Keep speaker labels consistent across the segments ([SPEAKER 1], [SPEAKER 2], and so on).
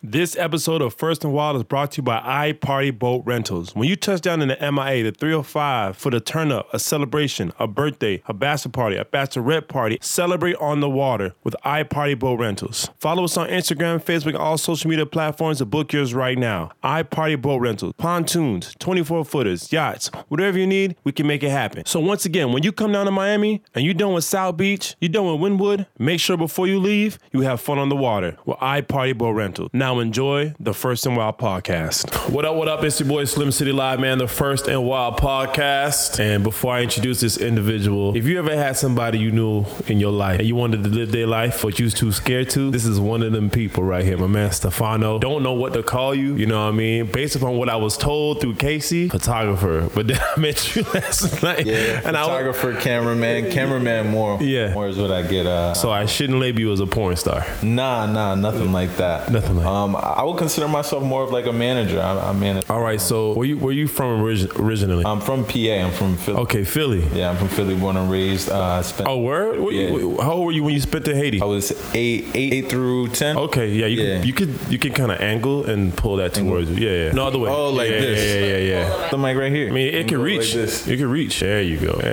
[SPEAKER 1] This episode of First and Wild is brought to you by iParty Boat Rentals. When you touch down in the MIA, the 305 for the turn up, a celebration, a birthday, a bachelor party, a bachelorette party, celebrate on the water with iParty Boat Rentals. Follow us on Instagram, Facebook, and all social media platforms to book yours right now. iParty Boat Rentals, pontoons, 24 footers, yachts, whatever you need, we can make it happen. So, once again, when you come down to Miami and you're done with South Beach, you're done with Wynwood, make sure before you leave, you have fun on the water with iParty Boat Rental. Now enjoy the First and Wild podcast. What up, what up? It's your boy Slim City Live, man, the First and Wild podcast. And before I introduce this individual, if you ever had somebody you knew in your life and you wanted to live their life but you was too scared to, this is one of them people right here, my man Stefano. Don't know what to call you, you know what I mean? Based upon what I was told through Casey, photographer. But then I met you last night.
[SPEAKER 2] Yeah,
[SPEAKER 1] and I
[SPEAKER 2] photographer, cameraman, cameraman more.
[SPEAKER 1] Yeah.
[SPEAKER 2] more is what I get. Uh,
[SPEAKER 1] so I shouldn't label you as a porn star.
[SPEAKER 2] nah, nah, nothing like that.
[SPEAKER 1] Nothing like-
[SPEAKER 2] Um, I I would consider myself more of like a manager. I'm, I'm manager.
[SPEAKER 1] All right, so where you where you from origi- originally?
[SPEAKER 2] I'm from PA. I'm from Philly.
[SPEAKER 1] Okay, Philly.
[SPEAKER 2] Yeah, I'm from Philly, born and raised. Uh, I spent.
[SPEAKER 1] Oh, word? What you, how old were you when you spent to Haiti?
[SPEAKER 2] I was eight, eight, eight through ten.
[SPEAKER 1] Okay, yeah, you
[SPEAKER 2] Yeah.
[SPEAKER 1] Can, you could you can kind of angle and pull that towards you. Yeah, yeah. No other way.
[SPEAKER 2] Oh, like
[SPEAKER 1] yeah,
[SPEAKER 2] this.
[SPEAKER 1] Yeah, yeah, yeah. yeah.
[SPEAKER 2] The mic right here.
[SPEAKER 1] I mean, it can
[SPEAKER 2] Go
[SPEAKER 1] reach.
[SPEAKER 2] Like this.
[SPEAKER 1] It can reach. There you go. Hey,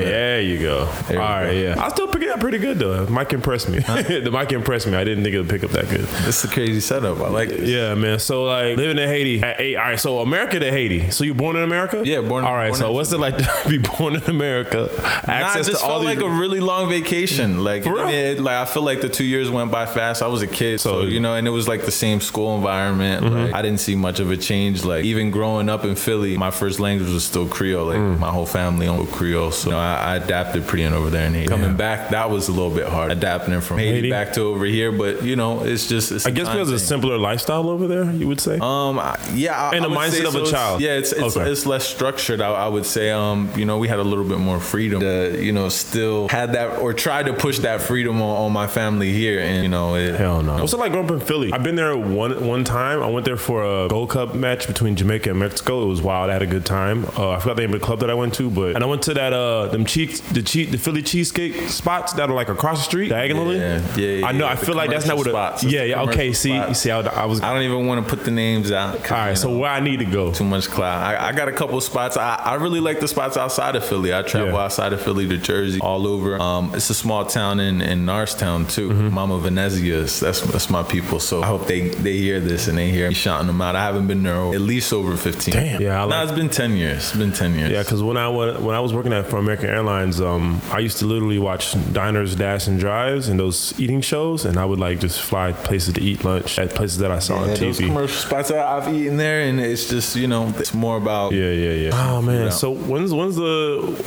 [SPEAKER 2] it.
[SPEAKER 1] there you go. All
[SPEAKER 2] you
[SPEAKER 1] right, yeah. I still pick it up pretty good though. The mic impressed me. the mic impressed me. I didn't think it would pick up that good.
[SPEAKER 2] This is a crazy setup. I like this.
[SPEAKER 1] Yeah, man. So like living in Haiti at eight. All right, so America to Haiti. So you born in America?
[SPEAKER 2] Yeah, born-
[SPEAKER 1] All right.
[SPEAKER 2] born
[SPEAKER 1] so
[SPEAKER 2] in-
[SPEAKER 1] what's it like to be born in America?
[SPEAKER 2] Nah, it
[SPEAKER 1] Access
[SPEAKER 2] just
[SPEAKER 1] to all
[SPEAKER 2] felt
[SPEAKER 1] these.
[SPEAKER 2] like a really long vacation. Like,
[SPEAKER 1] For real?
[SPEAKER 2] I mean, it- like I feel like the two years went by fast. I was a kid,
[SPEAKER 1] So-
[SPEAKER 2] so,
[SPEAKER 1] Mm-hmm.
[SPEAKER 2] you know, and it was like the same school environment. Like, I didn't see much of a change. Like even growing up in Philly, my first language was still Creole. Like
[SPEAKER 1] Mm.
[SPEAKER 2] my whole family owned Creole, so you know, I, I adapted pretty in over there in Haiti. Coming back, that was a little bit hard adapting from Haiti,
[SPEAKER 1] Haiti?
[SPEAKER 2] back to over here. But you know, it's just it's
[SPEAKER 1] I guess because it's a simpler lifestyle over there. You would say.
[SPEAKER 2] um, I- yeah, I,
[SPEAKER 1] And
[SPEAKER 2] I
[SPEAKER 1] the
[SPEAKER 2] would
[SPEAKER 1] mindset
[SPEAKER 2] say
[SPEAKER 1] of a
[SPEAKER 2] it's-
[SPEAKER 1] child.
[SPEAKER 2] Yeah, it's it's,
[SPEAKER 1] Okay.
[SPEAKER 2] it's less structured. I, I would say, um, you know, we had a little bit more freedom. To, you know, still had that or tried to push that freedom on, on my family here, and you know, it,
[SPEAKER 1] Hell no. What's it like growing up in Philly? I've been there one one time. I went there for a Gold Cup match between Jamaica and Mexico. It was wild. I had a good time. Uh, I forgot the name of the club that I went to, but and I went to that uh them cheek the cheek the Philly cheesecake spots that are like across the street diagonally.
[SPEAKER 2] Yeah, yeah, yeah,
[SPEAKER 1] I know.
[SPEAKER 2] yeah.
[SPEAKER 1] I
[SPEAKER 2] The
[SPEAKER 1] feel like that's not what.
[SPEAKER 2] commercial
[SPEAKER 1] A,
[SPEAKER 2] spots. It's
[SPEAKER 1] yeah,
[SPEAKER 2] the
[SPEAKER 1] yeah. Okay.
[SPEAKER 2] commercial
[SPEAKER 1] See, you
[SPEAKER 2] spots.
[SPEAKER 1] see, I, I was. All
[SPEAKER 2] I don't even want to put the names out. All
[SPEAKER 1] right. So where I need to go?
[SPEAKER 2] too much cloud. I, I got a couple spots. I, I really like the spots outside of Philly. I travel
[SPEAKER 1] Yeah.
[SPEAKER 2] outside of Philly to Jersey, all over. Um, it's a small town in, in Narstown too.
[SPEAKER 1] Mm-hmm.
[SPEAKER 2] Mama Venezia, is- that's that's my people. So I hope they they hear this and they hear me shouting them out. I haven't been there at least over fifteen.
[SPEAKER 1] Damn. Yeah, I
[SPEAKER 2] nah,
[SPEAKER 1] like-
[SPEAKER 2] it's been ten years. It's been ten years.
[SPEAKER 1] Yeah, because when I wa- when I was working at for American Airlines, um, I used to literally watch diners, dash, and drives, and those eating shows, and I would like just fly places to eat lunch at places that I saw on
[SPEAKER 2] Yeah,
[SPEAKER 1] TV.
[SPEAKER 2] those commercial spots I- I've eaten there, and it's just you know it's more about
[SPEAKER 1] Yeah, yeah, yeah. Oh man.
[SPEAKER 2] Yeah.
[SPEAKER 1] So when's when's the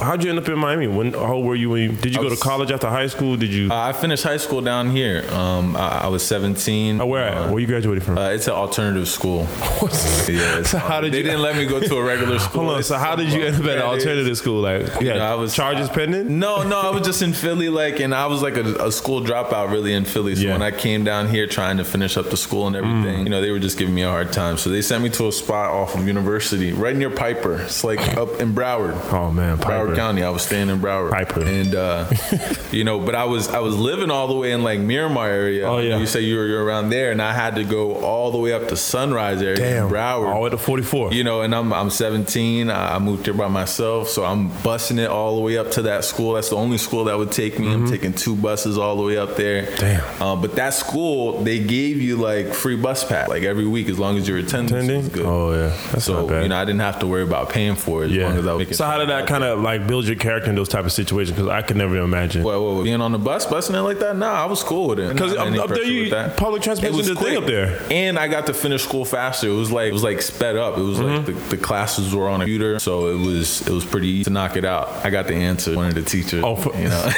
[SPEAKER 1] how'd you end up in Miami? When how old were you when you did you go to
[SPEAKER 2] was-
[SPEAKER 1] college after high school? Did you
[SPEAKER 2] Uh, I finished high school down here. Um, I, I was 17.
[SPEAKER 1] uh, where at?
[SPEAKER 2] Uh,
[SPEAKER 1] Where you graduated from?
[SPEAKER 2] uh, it's an alternative school. Yeah, it's
[SPEAKER 1] so how
[SPEAKER 2] hard.
[SPEAKER 1] did
[SPEAKER 2] they
[SPEAKER 1] you
[SPEAKER 2] didn't let me go to a regular school.
[SPEAKER 1] hold on?
[SPEAKER 2] It's
[SPEAKER 1] So how did you end up at an
[SPEAKER 2] Yeah, it is.
[SPEAKER 1] alternative school? Like
[SPEAKER 2] You
[SPEAKER 1] yeah,
[SPEAKER 2] know, I was- uh,
[SPEAKER 1] charges pending.
[SPEAKER 2] No, no, I was just in Philly, like, and I was like a, a school dropout, really, in Philly. So
[SPEAKER 1] Yeah. Mm.
[SPEAKER 2] when I came down here trying to finish up the school and everything, you know, they were just giving me a hard time. So they sent me to a spot off of University, right near Piper. It's like up in Broward.
[SPEAKER 1] Oh man,
[SPEAKER 2] Broward
[SPEAKER 1] Piper.
[SPEAKER 2] County. I was staying in Broward.
[SPEAKER 1] Piper.
[SPEAKER 2] And uh, you know, but I was I was living all the way in like Miramar area.
[SPEAKER 1] Oh, yeah.
[SPEAKER 2] You say you were you're around there, and I had to go all the way up to Sunrise area
[SPEAKER 1] Damn,
[SPEAKER 2] in Broward.
[SPEAKER 1] All the way to forty four.
[SPEAKER 2] You know, and I'm I'm 17. I I moved here by myself, so I'm busing it all the way up to that school. That's the only school that would take me. I'm taking two buses all the way up there.
[SPEAKER 1] Mm-hmm. Damn.
[SPEAKER 2] Uh, but that school, they gave you like free bus pass, like every week, as long as your attendance was good.
[SPEAKER 1] Oh yeah, that's
[SPEAKER 2] so
[SPEAKER 1] not bad.
[SPEAKER 2] you know, I didn't have to worry about paying for it. As long as I
[SPEAKER 1] yeah.
[SPEAKER 2] was
[SPEAKER 1] So how did that kind of like build your character in those type of situations? Because I could never imagine.
[SPEAKER 2] Whoa, whoa, whoa. Being on the bus, busting it like that? Nah, I was cool with it.
[SPEAKER 1] Because
[SPEAKER 2] Not
[SPEAKER 1] up,
[SPEAKER 2] any
[SPEAKER 1] up there,
[SPEAKER 2] pressure
[SPEAKER 1] you
[SPEAKER 2] with that.
[SPEAKER 1] public
[SPEAKER 2] It
[SPEAKER 1] transportation
[SPEAKER 2] was
[SPEAKER 1] is a thing
[SPEAKER 2] quick.
[SPEAKER 1] up there.
[SPEAKER 2] and I got to finish school faster. It was like it was like sped up. It was like the, the classes were on a computer, so it was it was pretty easy to knock it out. I got the answer. One of the teachers.
[SPEAKER 1] Oh, for,
[SPEAKER 2] you know.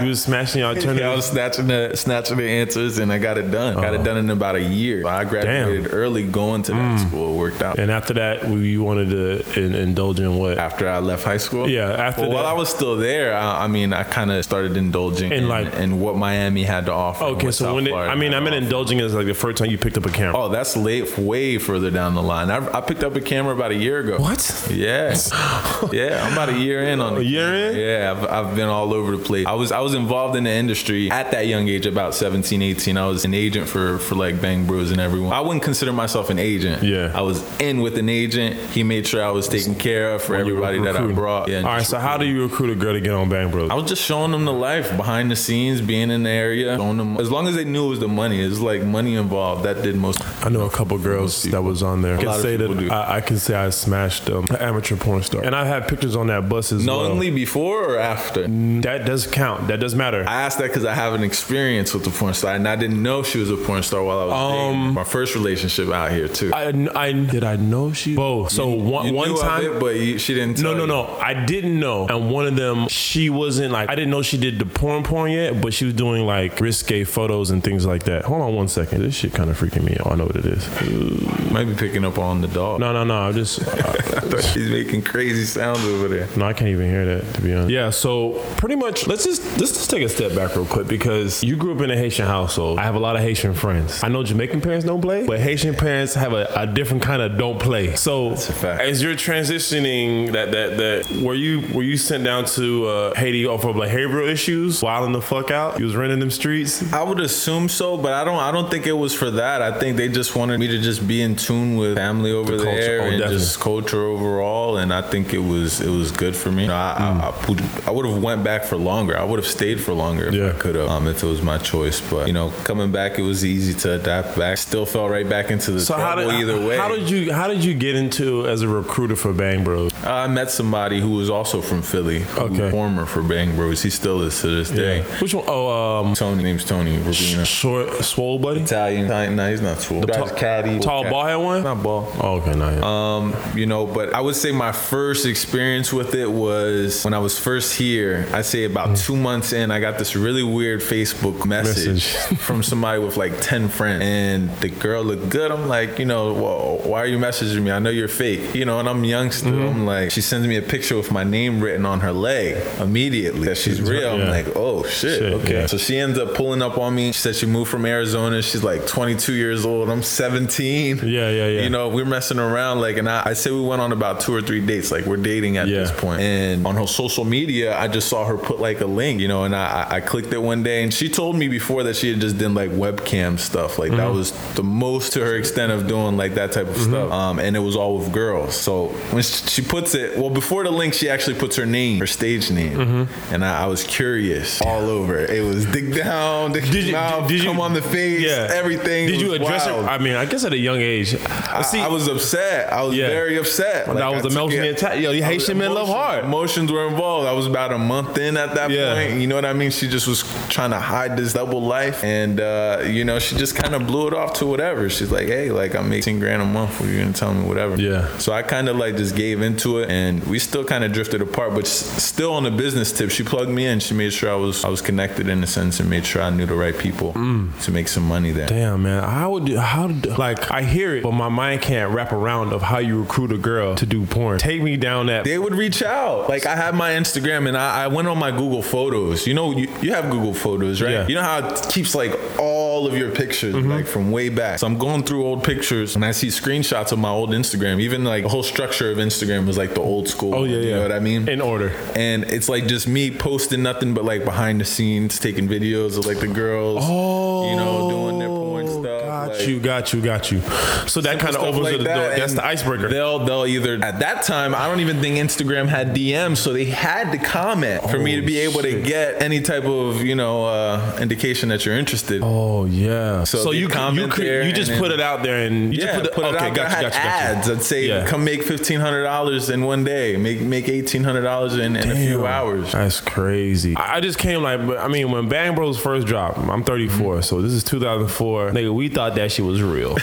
[SPEAKER 1] you was smashing your alternative.
[SPEAKER 2] Yeah, I was snatching the snatching the answers, and I got it done. Got it done in about a year. I graduated early, going to that school. It worked out.
[SPEAKER 1] And after that, we- you wanted to in, indulge in what?
[SPEAKER 2] After I left high school,
[SPEAKER 1] Yeah, after
[SPEAKER 2] Well, while
[SPEAKER 1] that-
[SPEAKER 2] I was still there, I, I mean, I kind of started indulging
[SPEAKER 1] In
[SPEAKER 2] in,
[SPEAKER 1] like-
[SPEAKER 2] in what Miami had to offer. and
[SPEAKER 1] Okay,
[SPEAKER 2] what
[SPEAKER 1] so
[SPEAKER 2] South
[SPEAKER 1] when it,
[SPEAKER 2] Florida
[SPEAKER 1] I mean,
[SPEAKER 2] had
[SPEAKER 1] I
[SPEAKER 2] to
[SPEAKER 1] meant
[SPEAKER 2] offer.
[SPEAKER 1] indulging is like the first time you picked up a camera.
[SPEAKER 2] Oh, that's late, way further down the line. I, I picked up a camera about a year ago.
[SPEAKER 1] What?
[SPEAKER 2] Yeah, yeah. I'm about a year in on
[SPEAKER 1] A year in?
[SPEAKER 2] Yeah, I've, I've been all over the place. I was I was involved in the industry at that young age, about 17, 18. I was an agent for for like Bang Brewers and everyone. I wouldn't consider myself an agent.
[SPEAKER 1] Yeah.
[SPEAKER 2] I was in with an agent. He made sure I was taken care of for everybody that I
[SPEAKER 1] Recruiting.
[SPEAKER 2] brought. Yeah,
[SPEAKER 1] All right,
[SPEAKER 2] just
[SPEAKER 1] so how do you recruit a girl to get on Bang Bros?
[SPEAKER 2] I was just showing them the life behind the scenes, being in the area. Showing them, as long as they knew it was the money, it's like money involved. That did most.
[SPEAKER 1] I know a couple girls that was on there. I
[SPEAKER 2] lot
[SPEAKER 1] can
[SPEAKER 2] of
[SPEAKER 1] say
[SPEAKER 2] people
[SPEAKER 1] that
[SPEAKER 2] do.
[SPEAKER 1] I, I can say I smashed um, an amateur porn star, and I have pictures on that bus as well.
[SPEAKER 2] Knowingly before or after?
[SPEAKER 1] That does count. That does matter.
[SPEAKER 2] I asked that because I have an experience with the porn star, and I didn't know she was a porn star while I was dating.
[SPEAKER 1] Um,
[SPEAKER 2] my first relationship out here too.
[SPEAKER 1] I, I did I know she both. So one
[SPEAKER 2] You
[SPEAKER 1] one
[SPEAKER 2] knew of
[SPEAKER 1] time.
[SPEAKER 2] it, but you, she didn't.
[SPEAKER 1] No,
[SPEAKER 2] tell
[SPEAKER 1] no,
[SPEAKER 2] you.
[SPEAKER 1] no. I didn't know. And one of them, she wasn't like, I didn't know she did the porn porn yet, but she was doing like risque photos and things like that. Hold on one second. This shit kind of freaking me out. I know what it is.
[SPEAKER 2] Might be picking up on the dog.
[SPEAKER 1] No, no, no. I'm just, I-
[SPEAKER 2] She's making crazy sounds over there.
[SPEAKER 1] no, I can't even hear that, to be honest. Yeah, so pretty much, let's just, let's just take a step back real quick because you grew up in a Haitian household. I have a lot of Haitian friends. I know Jamaican parents don't play, but Haitian parents have a, a different kind of don't play. So
[SPEAKER 2] a fact.
[SPEAKER 1] as you're transitioning that that that were you were you sent down to uh, Haiti off of behavioral issues, wilding the fuck out? You was renting them streets.
[SPEAKER 2] I would assume so, but I don't. I don't think it was for that. I think they just wanted me to just be in tune with family over
[SPEAKER 1] The culture.
[SPEAKER 2] there
[SPEAKER 1] Oh,
[SPEAKER 2] and
[SPEAKER 1] definitely.
[SPEAKER 2] just culture overall. And I think it was it was good for me. You know, I,
[SPEAKER 1] Mm.
[SPEAKER 2] I, I, would, I would have went back for longer. I would have stayed for longer if
[SPEAKER 1] Yeah.
[SPEAKER 2] I could have, um, if it was my choice. But you know, coming back, it was easy to adapt back. Still fell right back into the
[SPEAKER 1] So how
[SPEAKER 2] trouble
[SPEAKER 1] did
[SPEAKER 2] either way.
[SPEAKER 1] how did you how did you get into as a recruiter for Bang Bros?
[SPEAKER 2] I met somebody who was also from Philly, who was
[SPEAKER 1] Okay.
[SPEAKER 2] former for Bang Bros. He still is to this day.
[SPEAKER 1] Which one? Oh, um,
[SPEAKER 2] Tony, name's Tony. Rubino.
[SPEAKER 1] short, swole buddy,
[SPEAKER 2] Italian. Italian. No, he's not swole. Drives caddy.
[SPEAKER 1] tall,
[SPEAKER 2] Cat-
[SPEAKER 1] ball head one.
[SPEAKER 2] Not ball.
[SPEAKER 1] Oh, okay, nah, yeah.
[SPEAKER 2] Um, you know, but I would say my first experience with it was when I was first here. I say about
[SPEAKER 1] Mm.
[SPEAKER 2] two months in, I got this really weird Facebook message,
[SPEAKER 1] Message.
[SPEAKER 2] from somebody with like ten friends, and the girl looked good. I'm like, you know, well, why are you messaging me? I know you're fake, you know. And I'm young still.
[SPEAKER 1] Mm-hmm.
[SPEAKER 2] I'm like, she sends me a picture with my name written on her leg immediately that she's real.
[SPEAKER 1] yeah.
[SPEAKER 2] I'm like, oh shit,
[SPEAKER 1] Shit,
[SPEAKER 2] okay.
[SPEAKER 1] yeah.
[SPEAKER 2] So she ends up pulling up on me. She said she moved from Arizona. She's like 22 years old. I'm 17.
[SPEAKER 1] Yeah, yeah, yeah.
[SPEAKER 2] You know, we're messing around. Like, and I, I say we went on about two or three dates. Like, we're dating at
[SPEAKER 1] Yeah.
[SPEAKER 2] this point. And on her social media, I just saw her put like a link, you know, and I, I- I clicked it one day. And she told me before that she had just done like webcam stuff. Like,
[SPEAKER 1] Mm-hmm.
[SPEAKER 2] that was the most to her extent of doing like that type of stuff. Um, and it was all with girls. So when sh- she puts it, well, before the link, she actually puts her name, her stage name.
[SPEAKER 1] Mm-hmm.
[SPEAKER 2] And I, I was curious all over. It was dig down, dig
[SPEAKER 1] Did you,
[SPEAKER 2] mouth,
[SPEAKER 1] did you
[SPEAKER 2] come on the face, everything.
[SPEAKER 1] Did
[SPEAKER 2] It
[SPEAKER 1] you
[SPEAKER 2] was
[SPEAKER 1] address
[SPEAKER 2] wild.
[SPEAKER 1] it? I mean, I guess at a young age.
[SPEAKER 2] I,
[SPEAKER 1] See,
[SPEAKER 2] I was upset. I was
[SPEAKER 1] Yeah.
[SPEAKER 2] very upset.
[SPEAKER 1] That was
[SPEAKER 2] I took
[SPEAKER 1] emotionally
[SPEAKER 2] it-
[SPEAKER 1] atta- yo, you
[SPEAKER 2] I was-
[SPEAKER 1] Haitian men love
[SPEAKER 2] emotions-
[SPEAKER 1] hard.
[SPEAKER 2] Emotions were involved. I was about a month in at that
[SPEAKER 1] Yeah.
[SPEAKER 2] point. You know what I mean? She just was trying to hide this double life, and uh, you know, she just kind of blew it off to whatever. She's like, "Hey, like I'm making grand a month. What are you gonna tell me? Whatever."
[SPEAKER 1] Yeah.
[SPEAKER 2] So I kind of like just gave into it, and we still kind of drifted apart. But s- still on the business tip, she plugged me in. She made sure I was I was connected in a sense, and made sure I knew the right people
[SPEAKER 1] Mm.
[SPEAKER 2] to make some money there.
[SPEAKER 1] Damn, man. How would how d- like I hear it, but my mind can't wrap around of how you recruit a girl to do porn. Take me down that.
[SPEAKER 2] They would reach out. Like I had my Instagram and I, I went on my Google Photos. You know, you, you have Google Photos, right?
[SPEAKER 1] Yeah. Mm-hmm.
[SPEAKER 2] You know how it keeps like all of your pictures like from way back. So I'm going through old pictures and I see screenshots of my old Instagram. Even like the whole structure of Instagram was like the old school.
[SPEAKER 1] oh
[SPEAKER 2] one,
[SPEAKER 1] yeah, yeah.
[SPEAKER 2] You know what I mean?
[SPEAKER 1] In order.
[SPEAKER 2] and it's like just me posting nothing but like behind the scenes, taking videos of like the girls, you know, doing their porn stuff.
[SPEAKER 1] Oh, Got
[SPEAKER 2] like-
[SPEAKER 1] you, got you, got you. So that kind of
[SPEAKER 2] Stuff
[SPEAKER 1] opens
[SPEAKER 2] like
[SPEAKER 1] the
[SPEAKER 2] that,
[SPEAKER 1] door. That's
[SPEAKER 2] and
[SPEAKER 1] the icebreaker.
[SPEAKER 2] They'll they'll either at that time I don't even think Instagram had DMs, so they had to comment for me to be able
[SPEAKER 1] Oh, shit.
[SPEAKER 2] to get any type of you know uh, indication that you're interested.
[SPEAKER 1] oh yeah. So,
[SPEAKER 2] they
[SPEAKER 1] you you
[SPEAKER 2] comment
[SPEAKER 1] cre-
[SPEAKER 2] there
[SPEAKER 1] you just
[SPEAKER 2] and
[SPEAKER 1] put
[SPEAKER 2] then-
[SPEAKER 1] it out there and you
[SPEAKER 2] yeah,
[SPEAKER 1] just put,
[SPEAKER 2] put,
[SPEAKER 1] the,
[SPEAKER 2] it
[SPEAKER 1] okay,
[SPEAKER 2] out there.
[SPEAKER 1] got
[SPEAKER 2] I
[SPEAKER 1] you,
[SPEAKER 2] had
[SPEAKER 1] got you, got you.
[SPEAKER 2] ads. I'd say,
[SPEAKER 1] Yeah.
[SPEAKER 2] come make fifteen hundred dollars in one day. Make make eighteen hundred dollars in, in a few
[SPEAKER 1] Damn.
[SPEAKER 2] hours.
[SPEAKER 1] That's crazy. I I just came like, but, I mean, when Bang Bros first dropped, I'm 34, so this is 2004. Mm-hmm. Nigga, we thought that shit was real.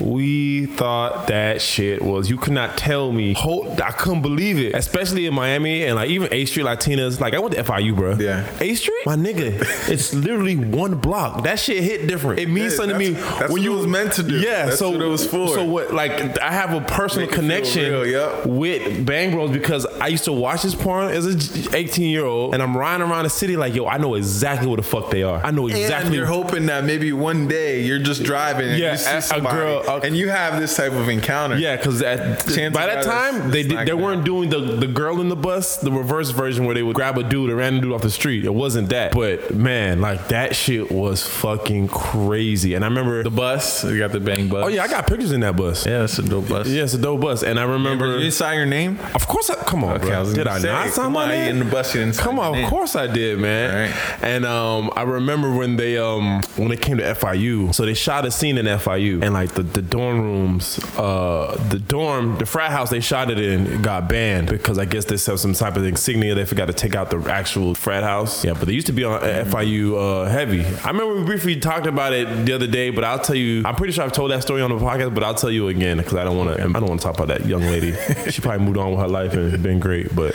[SPEAKER 1] we thought that shit was. You could not tell me. Whole, I couldn't believe it, especially in Miami and like even A Street Latinas. Like I went to FIU, bro.
[SPEAKER 2] Yeah.
[SPEAKER 1] A Street, my nigga. it's literally one block. That shit hit different. It means
[SPEAKER 2] did.
[SPEAKER 1] something to me
[SPEAKER 2] That's- that's what it was meant to do.
[SPEAKER 1] Yeah.
[SPEAKER 2] That's
[SPEAKER 1] so
[SPEAKER 2] what it was for.
[SPEAKER 1] So what? Like I have a personal
[SPEAKER 2] Make it feel
[SPEAKER 1] connection
[SPEAKER 2] real, yep.
[SPEAKER 1] with Bang Bros because I used to watch this porn as a 18 year old, and I'm riding around the city like, yo, I know exactly where the fuck they are. I know
[SPEAKER 2] And
[SPEAKER 1] exactly.
[SPEAKER 2] you're hoping that maybe one day you're just driving and
[SPEAKER 3] Yeah,
[SPEAKER 2] you see
[SPEAKER 3] a- a
[SPEAKER 2] somebody
[SPEAKER 3] girl- a-
[SPEAKER 2] and you have this type of encounter.
[SPEAKER 1] Yeah, because
[SPEAKER 2] Chances
[SPEAKER 1] by that
[SPEAKER 2] are that's-
[SPEAKER 1] time they
[SPEAKER 2] that's
[SPEAKER 1] did,
[SPEAKER 2] not
[SPEAKER 1] they
[SPEAKER 2] gonna
[SPEAKER 1] weren't doing the the girl in the bus, the reverse version where they would grab a dude or random dude off the street. It wasn't that, but man, like that shit was fucking crazy. And I remember,
[SPEAKER 2] The bus, you got the bang bus.
[SPEAKER 1] oh yeah, I got pictures in that bus. Yeah,
[SPEAKER 2] Yeah, that's a dope bus.
[SPEAKER 1] it's a dope bus, and I remember.
[SPEAKER 2] You saw your name?
[SPEAKER 1] Of course, I, come on,
[SPEAKER 2] Okay, I
[SPEAKER 1] bro.
[SPEAKER 2] was
[SPEAKER 1] did
[SPEAKER 2] gonna
[SPEAKER 1] I
[SPEAKER 2] say,
[SPEAKER 1] not sign
[SPEAKER 2] come
[SPEAKER 1] my
[SPEAKER 2] on, you
[SPEAKER 1] name?
[SPEAKER 2] in the bus, you didn't sign
[SPEAKER 1] Come
[SPEAKER 2] your
[SPEAKER 1] on,
[SPEAKER 2] name.
[SPEAKER 1] of course I did, man.
[SPEAKER 2] Alright.
[SPEAKER 1] And um, I remember when they um when it came to FIU, so they shot a scene in FIU, and like the, the dorm rooms, uh, the dorm, the frat house they shot it in it got banned because I guess they have some type of insignia they forgot to take out the actual frat house. Yeah, but they used to be on FIU uh, heavy. I remember we briefly talked about it the other day, but I'll tell you, I'm pretty sure I've told that story on the podcast, but I'll tell you again because I don't want to. I don't want to talk about that young lady. she probably moved on with her life and been great, but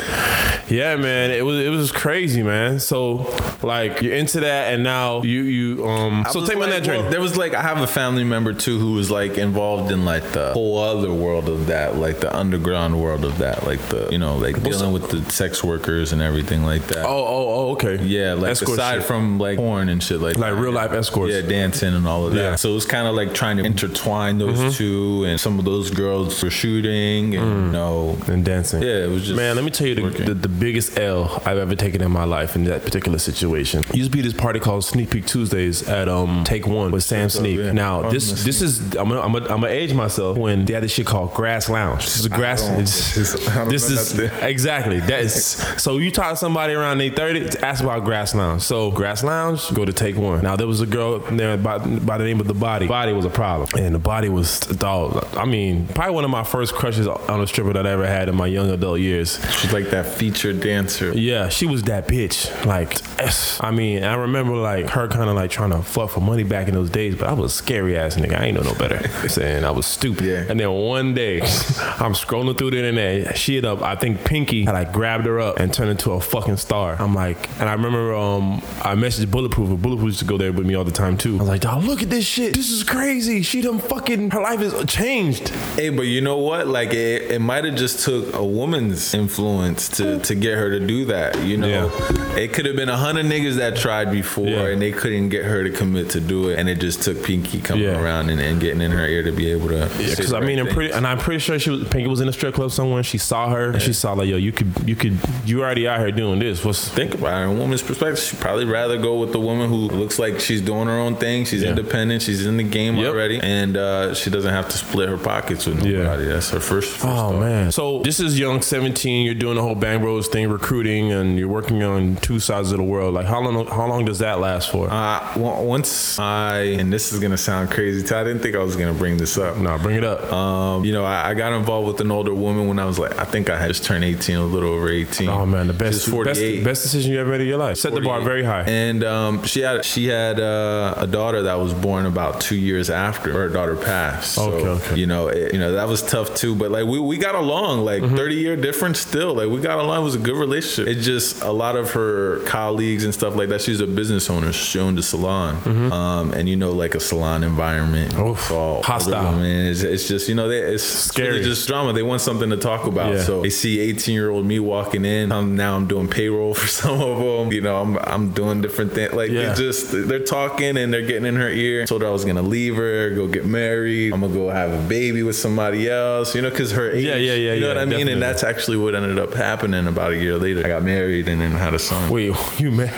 [SPEAKER 1] yeah, man, it was it was crazy, man. So like you're into that, and now you you um.
[SPEAKER 2] I
[SPEAKER 1] so
[SPEAKER 2] was
[SPEAKER 1] take me on
[SPEAKER 2] like,
[SPEAKER 1] that journey.
[SPEAKER 2] well, there was like I have a family member too who was like involved in like the whole other world of that, like the underground world of that, like the you know like dealing with the sex workers and everything like that.
[SPEAKER 1] oh oh oh okay.
[SPEAKER 2] Yeah, like
[SPEAKER 1] Escort
[SPEAKER 2] aside
[SPEAKER 1] shit.
[SPEAKER 2] from like porn and shit like
[SPEAKER 1] Like
[SPEAKER 2] that.
[SPEAKER 1] real life escorts.
[SPEAKER 2] Yeah, dancing and all of that.
[SPEAKER 1] Yeah. Mm-hmm.
[SPEAKER 2] So it was kind of like trying to intertwine those two, and some of those girls were shooting, and
[SPEAKER 1] Mm.
[SPEAKER 2] you know,
[SPEAKER 1] and dancing.
[SPEAKER 2] Yeah, it was just
[SPEAKER 1] man. Let me tell you the,
[SPEAKER 2] working.
[SPEAKER 1] the, the biggest L I've ever taken in my life in that particular situation. Used to be this party called Sneak Peek Tuesdays at um Take One with Sam Sneak.
[SPEAKER 2] yeah.
[SPEAKER 1] Now
[SPEAKER 2] Oh, yeah,
[SPEAKER 1] this this is I'm gonna, I'm gonna, I'm gonna age myself when they had this shit called Grass Lounge. This is a grass.
[SPEAKER 2] don't-
[SPEAKER 1] it's-
[SPEAKER 2] I don't
[SPEAKER 1] This
[SPEAKER 2] know
[SPEAKER 1] is
[SPEAKER 2] nothing.
[SPEAKER 1] exactly that is. So you talk to somebody around they thirty, ask about Grass Lounge. So Grass Lounge, go to Take One. Now there was a girl there by, by the name of the Body. Body was a problem, and the Body was dog. I mean, probably one of my first crushes on a stripper that I ever had in my young adult years.
[SPEAKER 2] she's like that featured dancer.
[SPEAKER 1] Yeah, she was that bitch. Like, s- I mean, I remember like her kind of like trying to fuck for money back in those days, but I was a scary ass nigga. I ain't know no better. Saying I was stupid.
[SPEAKER 2] Yeah.
[SPEAKER 1] And then one day, I'm scrolling through the internet. She had up. I think Pinky had like grabbed her up and turned into a fucking star. I'm like, and I remember um I messaged Bulletproof. and Bulletproof used to go there with me all the time too. I was like, dog, look at this shit. This is crazy. She done fucking her life is changed.
[SPEAKER 2] Hey, but you know what? Like it, it might have just took a woman's influence to to get her to do that. You know, it could have been a hundred niggas that tried before
[SPEAKER 1] Yeah.
[SPEAKER 2] and they couldn't get her to commit to do it, and it just took Pinky coming
[SPEAKER 1] Yeah.
[SPEAKER 2] around and, and getting in her ear to be able to. say
[SPEAKER 1] Because
[SPEAKER 2] the
[SPEAKER 1] I mean,
[SPEAKER 2] right
[SPEAKER 1] I'm
[SPEAKER 2] thing.
[SPEAKER 1] pretty, and I'm pretty sure she was Pinky was in a strip club somewhere. And she saw her, and she saw like, yo, you could, you could, you already out here doing this. What's
[SPEAKER 2] think about it, a woman's perspective, she'd probably rather go with the woman who looks like she's doing her own thing. She's
[SPEAKER 1] Yeah.
[SPEAKER 2] independent. She's in the game
[SPEAKER 1] Yep.
[SPEAKER 2] already, and uh, she doesn't have to split her pockets with
[SPEAKER 1] Yeah.
[SPEAKER 2] nobody. That's her first. first
[SPEAKER 1] Oh
[SPEAKER 2] thought.
[SPEAKER 1] man! So this is young, seventeen. You're doing the whole Bang Bros thing, recruiting, and you're working on two sides of the world. Like how long? How long does that last for?
[SPEAKER 2] Uh, on- once I and this is gonna sound crazy. Ty, I didn't think I was gonna bring this up.
[SPEAKER 1] nah, bring it up.
[SPEAKER 2] Um, you know, I, I got involved with an older woman when I was like, I think I had just turned 18, a little over 18.
[SPEAKER 1] oh man, the best,
[SPEAKER 2] She was
[SPEAKER 1] best,
[SPEAKER 2] 48.
[SPEAKER 1] best decision you ever made in your life. Set the bar
[SPEAKER 2] 48.
[SPEAKER 1] very high.
[SPEAKER 2] And um, she had she had uh, a daughter that was born about two years after her daughter passed. So,
[SPEAKER 1] Okay, okay.
[SPEAKER 2] You know, it, you know that was tough too. But like we, we got along like
[SPEAKER 1] Mm-hmm.
[SPEAKER 2] thirty year difference still. Like we got along. It was a good relationship. It's just a lot of her colleagues and stuff like that. She's a business owner. She owned a salon. Um, and you know, like a salon environment.
[SPEAKER 1] Mm-hmm. Oof.
[SPEAKER 2] it's all older
[SPEAKER 1] Hostile.
[SPEAKER 2] women. It's, it's just you know they, it's
[SPEAKER 1] Scary.
[SPEAKER 2] really just drama. They want something to talk about.
[SPEAKER 1] Yeah.
[SPEAKER 2] So they see 18 year old me walking in. I'm now I'm doing payroll for some of them. You know, I'm I'm doing different things. Like
[SPEAKER 1] Yeah.
[SPEAKER 2] they just they're talking and they're getting in her ear. Told her I was gonna leave her, go get married. I'm gonna go have a baby with somebody else. You know, because her age.
[SPEAKER 1] Yeah, yeah, yeah,
[SPEAKER 2] You know
[SPEAKER 1] yeah,
[SPEAKER 2] what I mean?
[SPEAKER 1] definitely.
[SPEAKER 2] And that's actually what ended up happening. About a year later, I got married and then had a son.
[SPEAKER 1] Wait, you man,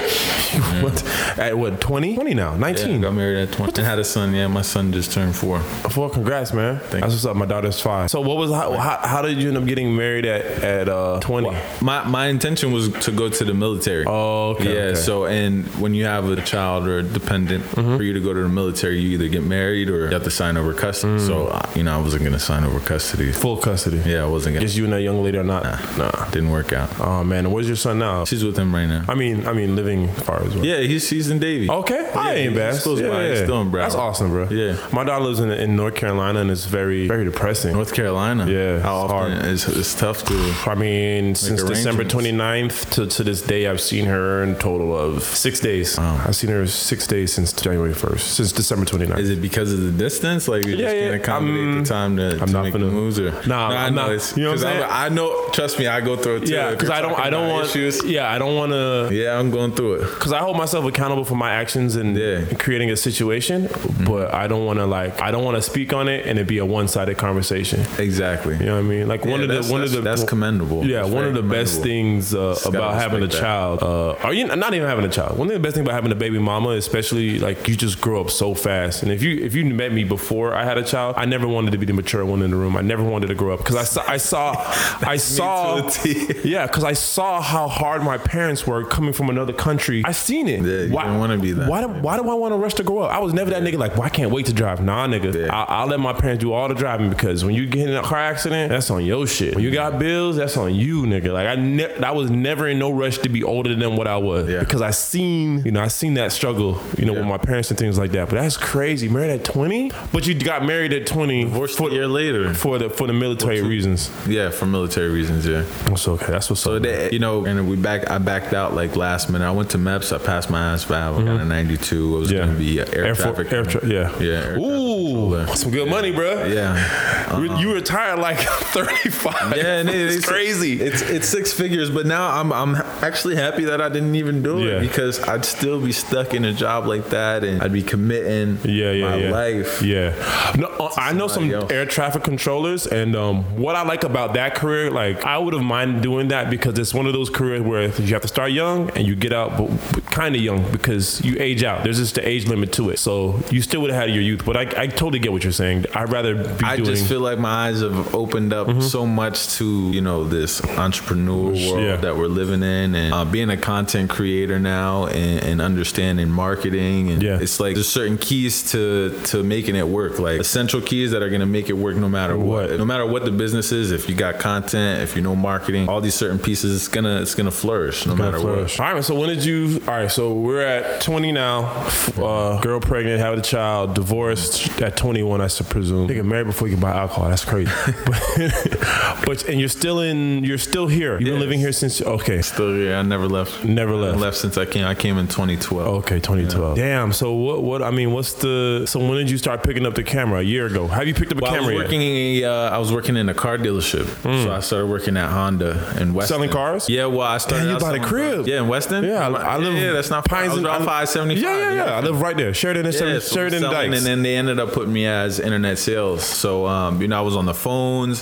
[SPEAKER 1] what, at what? 20? 20 now?
[SPEAKER 2] Yeah,
[SPEAKER 1] Nineteen?
[SPEAKER 2] got married at 20 and had a son. Yeah, my son just turned four.
[SPEAKER 1] Well, congrats, man. That's what's up. My daughter's five. So, what was how, how, how did you end up getting married at at uh, twenty?
[SPEAKER 2] My my intention was to go to the military.
[SPEAKER 1] Oh, okay,
[SPEAKER 2] Yeah.
[SPEAKER 1] okay.
[SPEAKER 2] So and when you have a child or a dependent,
[SPEAKER 1] Mm-hmm.
[SPEAKER 2] for you to go to the military, you either get married or you have to sign over custody.
[SPEAKER 1] Mm.
[SPEAKER 2] So uh, you know, I wasn't gonna sign over custody.
[SPEAKER 1] Full custody.
[SPEAKER 2] Yeah, I wasn't gonna.
[SPEAKER 1] Is you and that young lady or not? Nah.
[SPEAKER 2] Didn't work out.
[SPEAKER 1] Oh man, where's your son now?
[SPEAKER 2] She's with him right now.
[SPEAKER 1] I mean, I mean, living far as well.
[SPEAKER 2] Yeah, he's he's in Davie.
[SPEAKER 1] Okay, I
[SPEAKER 2] Yeah,
[SPEAKER 1] ain't
[SPEAKER 2] he's
[SPEAKER 1] bad.
[SPEAKER 2] close by. He's still in Broward.
[SPEAKER 1] That's awesome, bro.
[SPEAKER 2] Yeah.
[SPEAKER 1] my daughter lives in, in North Carolina and it's very, very depressing.
[SPEAKER 2] North Carolina.
[SPEAKER 1] Yeah,
[SPEAKER 2] How
[SPEAKER 1] it's
[SPEAKER 2] often? It's, it's tough to.
[SPEAKER 1] I mean, since December
[SPEAKER 2] arrangements.
[SPEAKER 1] 29th to, to this day, I've seen her in total of six days. I've seen her six days since January 1st, since December 29th.
[SPEAKER 2] Is it because of the distance? Like you
[SPEAKER 1] Yeah,
[SPEAKER 2] just
[SPEAKER 1] yeah.
[SPEAKER 2] can't accommodate
[SPEAKER 1] I'm-
[SPEAKER 2] the time to,
[SPEAKER 1] I'm
[SPEAKER 2] to
[SPEAKER 1] not
[SPEAKER 2] make the
[SPEAKER 1] finna-
[SPEAKER 2] moves or
[SPEAKER 1] Nah,
[SPEAKER 2] I
[SPEAKER 1] I'm
[SPEAKER 2] know
[SPEAKER 1] not-
[SPEAKER 2] it's-
[SPEAKER 1] you know what
[SPEAKER 2] 'cause
[SPEAKER 1] I'm
[SPEAKER 2] I'm- I know. Trust me, I go through it too.
[SPEAKER 1] yeah,
[SPEAKER 2] if
[SPEAKER 1] because
[SPEAKER 2] you're
[SPEAKER 1] I don't,
[SPEAKER 2] talking
[SPEAKER 1] I don't
[SPEAKER 2] about
[SPEAKER 1] want,
[SPEAKER 2] issues.
[SPEAKER 1] yeah, I don't want to,
[SPEAKER 2] Yeah, I'm going through it.
[SPEAKER 1] because I hold myself accountable for my actions and
[SPEAKER 2] Yeah. Mm-hmm.
[SPEAKER 1] creating a situation. conversation, but I don't want to like I don't want to speak on it and it be a one sided conversation.
[SPEAKER 2] Exactly.
[SPEAKER 1] You know what I mean? Like one
[SPEAKER 2] Yeah,
[SPEAKER 1] of the
[SPEAKER 2] that's-
[SPEAKER 1] one of
[SPEAKER 2] that's-
[SPEAKER 1] the
[SPEAKER 2] that's commendable.
[SPEAKER 1] Yeah,
[SPEAKER 2] That's
[SPEAKER 1] one
[SPEAKER 2] very
[SPEAKER 1] of the best
[SPEAKER 2] commendable.
[SPEAKER 1] things uh,
[SPEAKER 2] Just gotta
[SPEAKER 1] about having a
[SPEAKER 2] respect that.
[SPEAKER 1] child. Uh, are you not even having a child? One of the best things about having a baby mama, especially like you just grow up so fast. And if you if you met me before I had a child, I never wanted to be the mature one in the room. I never wanted to grow up because I saw I saw I saw
[SPEAKER 2] to a T.
[SPEAKER 1] yeah because I saw how hard my parents were coming from another country. I seen it.
[SPEAKER 2] Yeah, you didn't wanna be that,
[SPEAKER 1] Why do,
[SPEAKER 2] man.
[SPEAKER 1] why do I want to rush to grow up? I was never that nigga like, well, I can't wait to drive. Nah, nigga.
[SPEAKER 2] Yeah.
[SPEAKER 1] I, I'll let my parents do all the driving because when you get in a car accident, that's on your shit. When you
[SPEAKER 2] Mm-hmm.
[SPEAKER 1] got bills, that's on you, nigga. Like I, ne- I was never in no rush to be older than what I was
[SPEAKER 2] Yeah.
[SPEAKER 1] because I seen, you know, I seen that struggle, you know, with
[SPEAKER 2] Yeah.
[SPEAKER 1] my parents and things like that. But that's crazy. Married at twenty, but you got married at twenty
[SPEAKER 2] Divorced a year later.
[SPEAKER 1] for the for the military reasons.
[SPEAKER 2] Yeah, for military reasons. Yeah.
[SPEAKER 1] That's okay. That's what's
[SPEAKER 2] So
[SPEAKER 1] up.
[SPEAKER 2] they, you know, and we back. I backed out like last minute. I went to MEPS. I passed my INS five. I got a ninety two. It was
[SPEAKER 1] yeah.
[SPEAKER 2] gonna be uh, Mm-hmm. air,
[SPEAKER 1] for-
[SPEAKER 2] traffic.
[SPEAKER 1] air tra- yeah.
[SPEAKER 2] Yeah, air
[SPEAKER 1] Ooh,
[SPEAKER 2] controller.
[SPEAKER 1] some good money, bruh.
[SPEAKER 2] yeah.
[SPEAKER 1] You- You retired like 35.
[SPEAKER 2] Uh-huh. Yeah, and it-
[SPEAKER 1] it's, crazy.
[SPEAKER 2] It's it's six figures, but now I'm I'm actually happy that I didn't even do
[SPEAKER 1] Yeah.
[SPEAKER 2] it because I'd still be stuck in a job like that, and I'd be committing
[SPEAKER 1] yeah, yeah,
[SPEAKER 2] my
[SPEAKER 1] yeah.
[SPEAKER 2] life.
[SPEAKER 1] Yeah. No, uh, I know some
[SPEAKER 2] somebody else.
[SPEAKER 1] air traffic controllers, and um, what I like about that career, like I would have minded doing that because it's one of those careers where you have to start young and you get out, but, but kind of young because you age out. There's just the age limit to it, so you still would have had your youth. But I, I totally get what you're saying. I'd rather be doing.
[SPEAKER 2] I
[SPEAKER 1] Mm-hmm.
[SPEAKER 2] just feel like my eyes have opened up so much to you know this entrepreneur world
[SPEAKER 1] yeah.
[SPEAKER 2] that we're living in, and uh, being a content creator now, and, and understanding marketing, and
[SPEAKER 1] Yeah.
[SPEAKER 2] it's like there's certain keys to to making it work, like essential keys that are gonna make it work no matter what,
[SPEAKER 1] What?
[SPEAKER 2] no matter what the business is. If you got content, if you know marketing, all these certain pieces, it's gonna it's gonna flourish no matter what.
[SPEAKER 1] All right, so when did you? All right, so we're at 20 now. F- Uh, girl pregnant, having a child, divorced at 21, I should presume. Nigga married before you can buy alcohol. That's crazy. but, but and you're still in. You're still here. You've been
[SPEAKER 2] Yes.
[SPEAKER 1] living here since. Okay,
[SPEAKER 2] Still here, I never left.
[SPEAKER 1] never
[SPEAKER 2] I
[SPEAKER 1] left.
[SPEAKER 2] left since I came. I came in 2012.
[SPEAKER 1] Okay, 2012. Damn. So what? What? I mean, what's the? So when did you start picking up the camera? A year ago. Have you picked up a
[SPEAKER 2] Well, I
[SPEAKER 1] camera
[SPEAKER 2] was
[SPEAKER 1] yet?
[SPEAKER 2] working in a, uh, I was working in a car dealership, so I started working at Honda in Weston.
[SPEAKER 1] Hmm. Selling cars?
[SPEAKER 2] Yeah, well, I started.
[SPEAKER 1] Damn, you
[SPEAKER 2] out
[SPEAKER 1] bought a
[SPEAKER 2] selling
[SPEAKER 1] crib.
[SPEAKER 2] cars. Yeah, in Weston.
[SPEAKER 1] Yeah, I, I live.
[SPEAKER 2] Yeah, yeah, that's not
[SPEAKER 1] Pines
[SPEAKER 2] Pines. I was
[SPEAKER 1] and
[SPEAKER 2] around five seventy five.
[SPEAKER 1] Yeah, yeah, yeah, I live right there. Sheridan and
[SPEAKER 2] Yeah,
[SPEAKER 1] Sheridan,
[SPEAKER 2] so
[SPEAKER 1] Sheridan
[SPEAKER 2] selling,
[SPEAKER 1] Dykes.
[SPEAKER 2] and then they ended up putting me as internet sales. So um, you know, I was on the phones,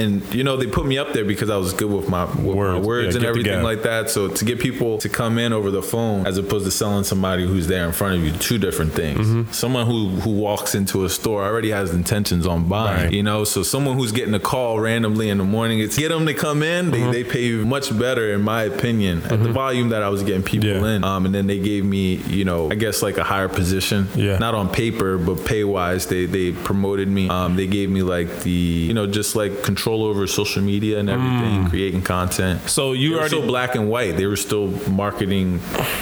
[SPEAKER 2] and you know, they put me up there because I was good with my, with words,
[SPEAKER 1] Mm-hmm. Words,
[SPEAKER 2] my words
[SPEAKER 1] yeah, get
[SPEAKER 2] and
[SPEAKER 1] the
[SPEAKER 2] everything
[SPEAKER 1] gap.
[SPEAKER 2] like that. So to get people to come in over the phone, as opposed to selling somebody who's there in front of you, two different things.
[SPEAKER 1] Mm-hmm.
[SPEAKER 2] Someone who who walks into a store already has intentions on buying,
[SPEAKER 1] Right.
[SPEAKER 2] you know. So someone who's getting a call randomly in the morning, it's get them to come in.
[SPEAKER 1] Mm-hmm.
[SPEAKER 2] They, they pay you much better, in my opinion, at the volume that I was getting people
[SPEAKER 1] Yeah.
[SPEAKER 2] in. Um, and then they gave me, you know, I guess like a higher position.
[SPEAKER 1] Yeah.
[SPEAKER 2] Not on paper, but pay wise, they they promoted me. Um, they gave me like the, you know, just like control over social media and everything, creating content.
[SPEAKER 1] so you
[SPEAKER 2] they were
[SPEAKER 1] Mm. already
[SPEAKER 2] still black and white. They were still marketing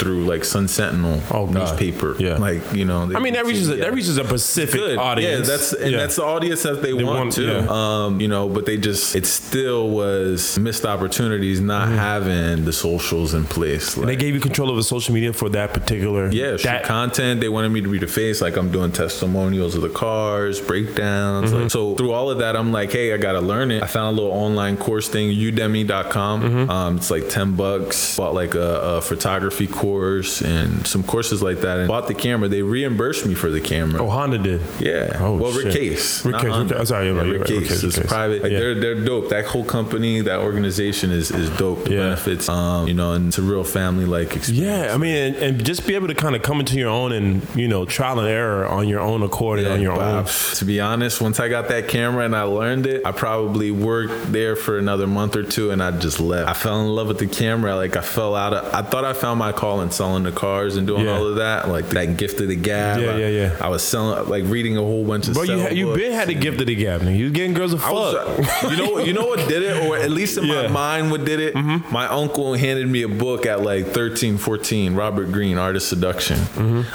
[SPEAKER 2] through like Sun Sentinel
[SPEAKER 1] Oh, God.
[SPEAKER 2] newspaper.
[SPEAKER 1] Yeah.
[SPEAKER 2] Like you know. they-
[SPEAKER 1] I mean, that reaches a,
[SPEAKER 2] Yeah.
[SPEAKER 1] that reaches a Pacific
[SPEAKER 2] Good.
[SPEAKER 1] audience.
[SPEAKER 2] Yeah, that's and
[SPEAKER 1] Yeah.
[SPEAKER 2] that's the audience that they, want,
[SPEAKER 1] want-
[SPEAKER 2] too.
[SPEAKER 1] yeah.
[SPEAKER 2] Um, you know, but they just it still was missed opportunities not having the socials in place. Like,
[SPEAKER 1] Mm. They gave you control over social media for that particular.
[SPEAKER 2] yeah, shoot
[SPEAKER 1] that,
[SPEAKER 2] content. They wanted me to be the face, like I'm doing testimonials of the cars, breakdowns.
[SPEAKER 1] Mm-hmm.
[SPEAKER 2] Like, so through all of that, I'm like, hey, I gotta learn it. I found a little online course thing, udemy.com.
[SPEAKER 1] Mm-hmm.
[SPEAKER 2] Um, it's like ten bucks. Bought like a, a photography course and some courses like that, and bought the camera. They reimbursed me for the camera.
[SPEAKER 1] oh, Honda did.
[SPEAKER 2] Yeah.
[SPEAKER 1] Oh,
[SPEAKER 2] well,
[SPEAKER 1] shit.
[SPEAKER 2] Rick Case.
[SPEAKER 1] Rick
[SPEAKER 2] not
[SPEAKER 1] Case, Rick
[SPEAKER 2] Honda.
[SPEAKER 1] Case. I'm sorry, you're
[SPEAKER 2] Yeah,
[SPEAKER 1] right,
[SPEAKER 2] Rick
[SPEAKER 1] you're right, Rick
[SPEAKER 2] Case.
[SPEAKER 1] Case,
[SPEAKER 2] It's
[SPEAKER 1] Rick Case.
[SPEAKER 2] private. Like,
[SPEAKER 1] Yeah.
[SPEAKER 2] They're they're dope. That whole company, that organization is is dope. The
[SPEAKER 1] Yeah.
[SPEAKER 2] benefits, um, you know, and it's a real family like experience.
[SPEAKER 1] Yeah, I mean, and, and just be able to kind of come into your own and you know trial and error on your own accord and on your
[SPEAKER 2] but
[SPEAKER 1] own.
[SPEAKER 2] I- to be honest, once I got that camera and I learned it, I probably worked there for another month or two, and I just left. I fell in love with the camera. Like I fell out of. I thought I found my call in selling the cars and doing
[SPEAKER 1] Yeah.
[SPEAKER 2] all of that, like that gift of the gab.
[SPEAKER 1] Yeah,
[SPEAKER 2] I,
[SPEAKER 1] yeah, yeah.
[SPEAKER 2] I was selling, like reading a whole bunch of.
[SPEAKER 1] Bro, you
[SPEAKER 2] sell
[SPEAKER 1] ha- you
[SPEAKER 2] books.
[SPEAKER 1] been had a gift of the gab, nigga. You getting girls a
[SPEAKER 2] I was-
[SPEAKER 1] fuck.
[SPEAKER 2] you know, you know what did it, or at least in
[SPEAKER 1] Yeah. Mm-hmm.
[SPEAKER 2] my mind, what did it? My uncle handed me a book at like 13, 14, Robert Greene, Art of Seduction.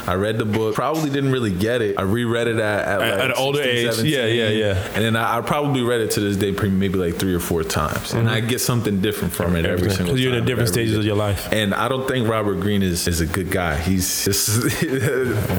[SPEAKER 2] I read the book, probably didn't really get it. I reread it at, at, like,
[SPEAKER 1] Mm-hmm. at an older
[SPEAKER 2] 16,
[SPEAKER 1] age. Yeah, yeah,
[SPEAKER 2] 17.
[SPEAKER 1] yeah.
[SPEAKER 2] And then I, I probably read it to this day, pre- maybe like three or four times, and I get something different from it every single time.
[SPEAKER 1] Because Mm-hmm. you're in the different
[SPEAKER 2] every
[SPEAKER 1] stages
[SPEAKER 2] day.
[SPEAKER 1] of your life.
[SPEAKER 2] And I don't think Robert Greene is, is a good guy. He's just,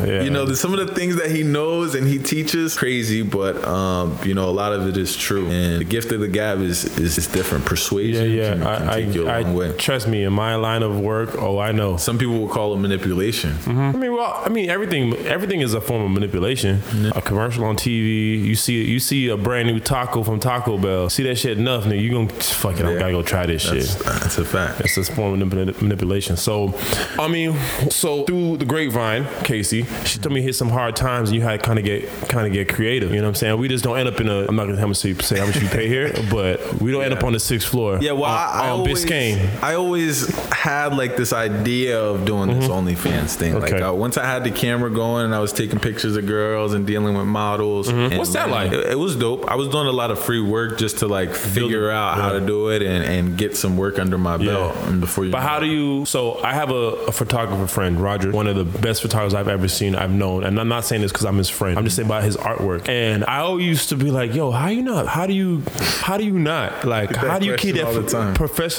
[SPEAKER 2] you know, the- some of the things that he knows and he teaches, crazy, but, um, you know, a lot of it is true. And the gift of the gab is, is, is different.
[SPEAKER 1] Yeah,
[SPEAKER 2] Persuasion
[SPEAKER 1] yeah.
[SPEAKER 2] can, can
[SPEAKER 1] I,
[SPEAKER 2] take you a
[SPEAKER 1] I,
[SPEAKER 2] long
[SPEAKER 1] I,
[SPEAKER 2] way.
[SPEAKER 1] trust me, in my line of work, oh, I know.
[SPEAKER 2] Some people will call it manipulation.
[SPEAKER 1] I mean, well, I mean, everything, everything is a form of manipulation. A commercial on TV, you see, you see a brand new taco from Taco Bell. See that shit, nothing. You gonna fuck it. I
[SPEAKER 2] Yeah.
[SPEAKER 1] gotta go try this shit.
[SPEAKER 2] That's, that's a fact.
[SPEAKER 1] It's a form of manip- manipulation. So, I mean, so through the grapevine, Casey, she told me hit some hard times, and you had to kind of get kind of get creative. You know what I'm saying? We just don't end up in a. I'm not gonna how much you say how much you pay here, but we don't end up on the sixth floor.
[SPEAKER 2] Yeah, well,
[SPEAKER 1] on,
[SPEAKER 2] I, I
[SPEAKER 1] on
[SPEAKER 2] always,
[SPEAKER 1] Biscayne.
[SPEAKER 2] I always had like this idea of doing this OnlyFans thing. Like
[SPEAKER 1] Mm-hmm. Okay.
[SPEAKER 2] I, once I had the camera going and I was taking pictures of girls and dealing with models. and
[SPEAKER 1] Mm-hmm. What's that
[SPEAKER 2] learning-
[SPEAKER 1] like?
[SPEAKER 2] It, it was dope. I was doing a lot of free work just to like figure out how to do it and, and get some work under my belt. And before you,
[SPEAKER 1] But
[SPEAKER 2] know
[SPEAKER 1] how
[SPEAKER 2] it,
[SPEAKER 1] do you? So I have a, a photographer friend, Roger, one of the best photographers I've ever seen, I've known, and I'm not saying this because I'm his friend. I'm just saying about his artwork. And I always used to be like, "Yo, how you not? How do you? How do you not? Like, how do you keep
[SPEAKER 2] question
[SPEAKER 1] that
[SPEAKER 2] all the time.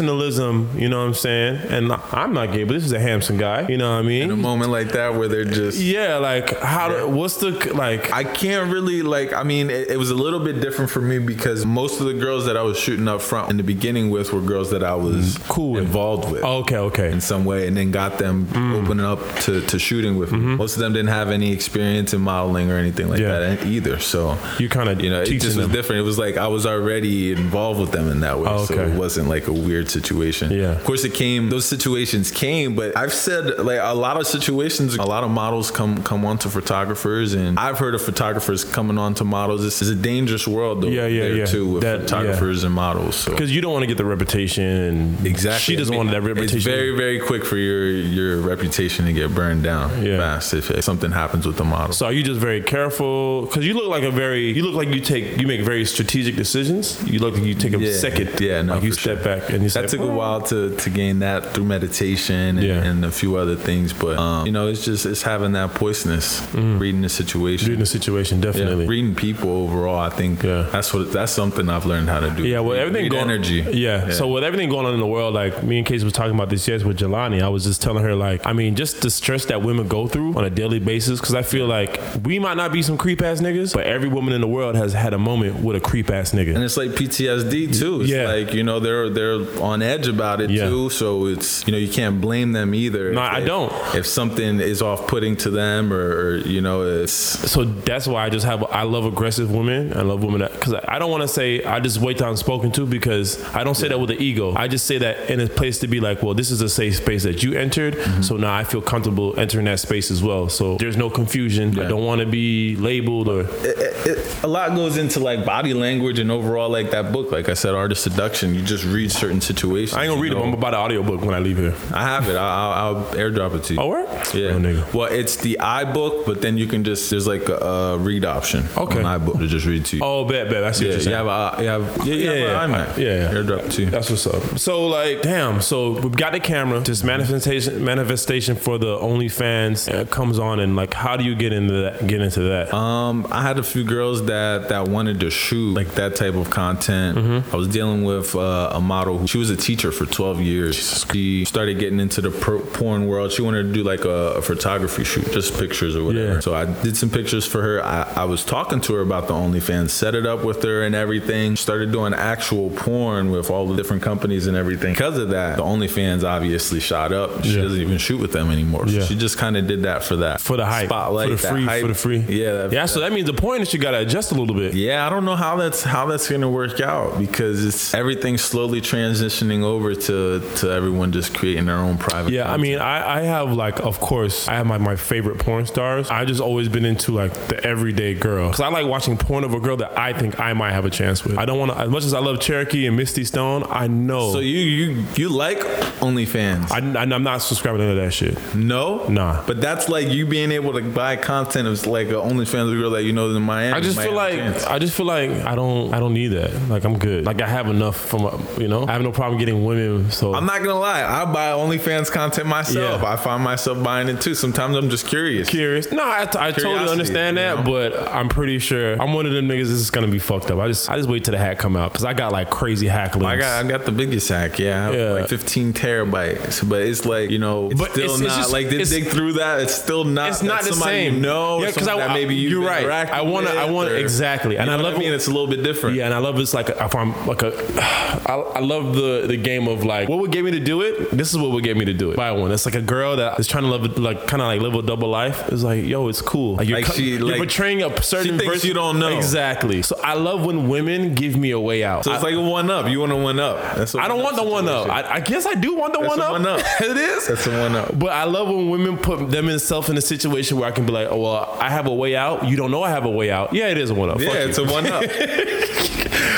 [SPEAKER 1] professionalism? You know what I'm saying? And I- I'm not gay, but this is a handsome guy. You know what I mean?
[SPEAKER 2] in a moment like that where they're just
[SPEAKER 1] yeah, like how? do What's the like?
[SPEAKER 2] I can't really like. I mean, it, it was a little bit different for me because most of the girls that I was shooting up front in the beginning with were girls that I was
[SPEAKER 1] Mm, Cool with.
[SPEAKER 2] involved with
[SPEAKER 1] okay, okay.
[SPEAKER 2] in some way, and then got them
[SPEAKER 1] Mm.
[SPEAKER 2] opening up to, to shooting with me. Most of them didn't have any experience in modeling or anything like
[SPEAKER 1] Mm-hmm. Yeah.
[SPEAKER 2] that either. So
[SPEAKER 1] You kind of
[SPEAKER 2] you know, it
[SPEAKER 1] teaching
[SPEAKER 2] just was
[SPEAKER 1] them.
[SPEAKER 2] different. It was like I was already involved with them in that way,
[SPEAKER 1] Oh,
[SPEAKER 2] so
[SPEAKER 1] okay.
[SPEAKER 2] it wasn't like a weird situation.
[SPEAKER 1] Yeah.
[SPEAKER 2] Of course, it came. Those situations came, but I've said like a lot of situations, a lot of models come come on to photographers, and I've heard of photographers coming on to models. This is a dangerous world, though.
[SPEAKER 1] Yeah, yeah,
[SPEAKER 2] there
[SPEAKER 1] yeah.
[SPEAKER 2] Too with
[SPEAKER 1] That- yeah.
[SPEAKER 2] photographers and models. So.
[SPEAKER 1] Because you don't want to get the reputation. And
[SPEAKER 2] Exactly.
[SPEAKER 1] She doesn't
[SPEAKER 2] I mean,
[SPEAKER 1] want that reputation.
[SPEAKER 2] It's very, very quick for your your reputation to get burned down
[SPEAKER 1] Yeah.
[SPEAKER 2] fast if, if something happens with the model.
[SPEAKER 1] So are you just very careful? Because you look like a very, you look like you take, you make very strategic decisions. You look like you take a
[SPEAKER 2] Yeah.
[SPEAKER 1] second.
[SPEAKER 2] Yeah, no,
[SPEAKER 1] like you
[SPEAKER 2] for
[SPEAKER 1] step back and you say,
[SPEAKER 2] that took a while to, to gain that through meditation and,
[SPEAKER 1] Yeah.
[SPEAKER 2] and a few other things, but um, you know, it's just it's having that poisonous reading the situation,
[SPEAKER 1] During the situation,
[SPEAKER 2] Yeah,
[SPEAKER 1] Mm. definitely.
[SPEAKER 2] reading people overall. I think
[SPEAKER 1] Yeah.
[SPEAKER 2] that's what that's something I've learned how to do.
[SPEAKER 1] Yeah, well,
[SPEAKER 2] Read-
[SPEAKER 1] everything
[SPEAKER 2] read
[SPEAKER 1] going
[SPEAKER 2] energy.
[SPEAKER 1] Yeah. So with everything going on in the world, like me and Casey was talking about this yesterday with Jelani, I was just telling her like, I mean, just the stress that women go through on a daily basis. Because I feel like we might not be some creep ass niggas, but every woman in the world has had a moment with a creep ass
[SPEAKER 2] and
[SPEAKER 1] nigga.
[SPEAKER 2] it's like PTSD too. It's
[SPEAKER 1] Yeah.
[SPEAKER 2] like you know they're they're on edge about it
[SPEAKER 1] Yeah.
[SPEAKER 2] too. So it's you know you can't blame them either.
[SPEAKER 1] No,
[SPEAKER 2] If-
[SPEAKER 1] I
[SPEAKER 2] if-
[SPEAKER 1] don't.
[SPEAKER 2] If something is off putting to them, or, or you know, it's
[SPEAKER 1] So that's why I just have I love aggressive women. I love women that because I don't want to say I just wait till I'm spoken to because I don't say that with an ego. I just say that in a place to be like, well, this is a safe space that you entered, so now I feel comfortable entering that space as well. So there's no confusion. I don't want to be labeled or
[SPEAKER 2] it, it, a lot goes into like body language and overall like that book. Like I said, Artist Seduction. You just read certain situations.
[SPEAKER 1] I ain't gonna
[SPEAKER 2] you
[SPEAKER 1] read it.
[SPEAKER 2] know.
[SPEAKER 1] I'm about an audiobook when I leave here.
[SPEAKER 2] I have it. I'll, I'll, I'll airdrop it to you.
[SPEAKER 1] Oh, word?
[SPEAKER 2] Yeah.
[SPEAKER 1] Oh, nigga.
[SPEAKER 2] Well, it's the iBook, but then you can just there's like a, uh read option.
[SPEAKER 1] Okay.
[SPEAKER 2] On iBook to just read to you.
[SPEAKER 1] Oh, bet, bet. I see
[SPEAKER 2] yeah,
[SPEAKER 1] what you're
[SPEAKER 2] you
[SPEAKER 1] saying.
[SPEAKER 2] have a, you have, yeah, you
[SPEAKER 1] Yeah,
[SPEAKER 2] have
[SPEAKER 1] yeah.
[SPEAKER 2] an iMac.
[SPEAKER 1] Yeah, yeah.
[SPEAKER 2] Airdrop it to you.
[SPEAKER 1] That's what's up. So like, damn. So we've got the camera. This manifestation, manifestation for the OnlyFans uh, comes on, and like, how do you get into that? Get into that?
[SPEAKER 2] Um, I had a few girls that that wanted to shoot like that type of content.
[SPEAKER 1] Mm-hmm.
[SPEAKER 2] I was dealing with uh, a model. Who, she was a teacher for 12 years. She started getting into the pro- porn world. She wanted to do like a, a photography shoot, just pictures or whatever.
[SPEAKER 1] Yeah.
[SPEAKER 2] So I did some pictures for her. I, I was talking to her about the OnlyFans, set it up with her and everything. Started doing actual porn with all the different companies and everything. Because of that, the OnlyFans obviously shot up. She
[SPEAKER 1] Yeah.
[SPEAKER 2] doesn't even shoot with them anymore. So
[SPEAKER 1] Yeah.
[SPEAKER 2] She just kind of did that for that
[SPEAKER 1] for the hype,
[SPEAKER 2] spotlight,
[SPEAKER 1] for the
[SPEAKER 2] that
[SPEAKER 1] free,
[SPEAKER 2] hype.
[SPEAKER 1] for the free.
[SPEAKER 2] Yeah, that-
[SPEAKER 1] yeah. So that means the point is you gotta adjust a little bit.
[SPEAKER 2] yeah, I don't know how that's how that's gonna work out because it's everything's slowly transitioning over to to everyone just creating their own private.
[SPEAKER 1] Yeah, I mean, I, I have like, of course, I have my, my favorite porn stars. I've just always been into like the everyday girl because I like watching porn of a girl that I think I might have a chance with. I don't want to, as much as I love Cherokee and Misty Stone, I know.
[SPEAKER 2] so you you you like OnlyFans?
[SPEAKER 1] I, am not subscribing to that shit.
[SPEAKER 2] no,
[SPEAKER 1] Nah.
[SPEAKER 2] But that's like you being able to buy content of like an OnlyFans girl that you know in Miami.
[SPEAKER 1] I just
[SPEAKER 2] might
[SPEAKER 1] feel
[SPEAKER 2] have
[SPEAKER 1] like
[SPEAKER 2] a chance.
[SPEAKER 1] I just feel like I don't I don't need that. Like I'm good. Like I have enough from uh, you know. I have no problem getting women. So
[SPEAKER 2] I'm not gonna lie, I buy OnlyFans content myself.
[SPEAKER 1] Yeah.
[SPEAKER 2] I find myself buying it too. Sometimes I'm just curious.
[SPEAKER 1] curious. No, I, I totally
[SPEAKER 2] Curiosity,
[SPEAKER 1] understand that, that, but I'm pretty sure I'm one of them niggas. This is gonna be fucked up. I just I just wait till the hat come out because I got like crazy hack links.
[SPEAKER 2] I got I got the biggest hack, yeah. I have
[SPEAKER 1] Yeah.
[SPEAKER 2] Like 15 terabytes, but it's like you know, it's
[SPEAKER 1] But
[SPEAKER 2] still
[SPEAKER 1] it's- it's
[SPEAKER 2] not
[SPEAKER 1] just-
[SPEAKER 2] like they
[SPEAKER 1] it's-
[SPEAKER 2] dig through that. It's still not.
[SPEAKER 1] it's not
[SPEAKER 2] that's
[SPEAKER 1] the
[SPEAKER 2] somebody
[SPEAKER 1] same.
[SPEAKER 2] No,
[SPEAKER 1] Yeah, 'cause I-
[SPEAKER 2] that maybe
[SPEAKER 1] I-
[SPEAKER 2] you've
[SPEAKER 1] you're right.
[SPEAKER 2] interacted
[SPEAKER 1] I wanna- I
[SPEAKER 2] with
[SPEAKER 1] wanna-
[SPEAKER 2] or-
[SPEAKER 1] exactly. And
[SPEAKER 2] you
[SPEAKER 1] I
[SPEAKER 2] know what
[SPEAKER 1] love-
[SPEAKER 2] I mean it's a little bit different.
[SPEAKER 1] Yeah, and I love it's like if I'm like a, I, I love the the game of like what would get me to do it. This is what would get me to do it. Buy one. It's like a girl that is trying to love like kind of like live a double life. It's like yo, it's cool. Like you're,
[SPEAKER 2] Like
[SPEAKER 1] cut-
[SPEAKER 2] she,
[SPEAKER 1] you're
[SPEAKER 2] like-
[SPEAKER 1] portraying a certain
[SPEAKER 2] thinks
[SPEAKER 1] version-
[SPEAKER 2] you don't know.
[SPEAKER 1] exactly. So I love when women give me a way out.
[SPEAKER 2] So
[SPEAKER 1] I,
[SPEAKER 2] it's like a one up. You want a one up. That's a
[SPEAKER 1] I don't want
[SPEAKER 2] one-up
[SPEAKER 1] the one up.
[SPEAKER 2] situation.
[SPEAKER 1] I, I guess I do want the
[SPEAKER 2] That's
[SPEAKER 1] one
[SPEAKER 2] a
[SPEAKER 1] up.
[SPEAKER 2] one up.
[SPEAKER 1] it is.
[SPEAKER 2] That's a one up.
[SPEAKER 1] But I love when women put themselves in a situation where I can be like, oh, well, I have a way out. You don't know I have a way out. Yeah, it is a one up.
[SPEAKER 2] Yeah, it's a one up.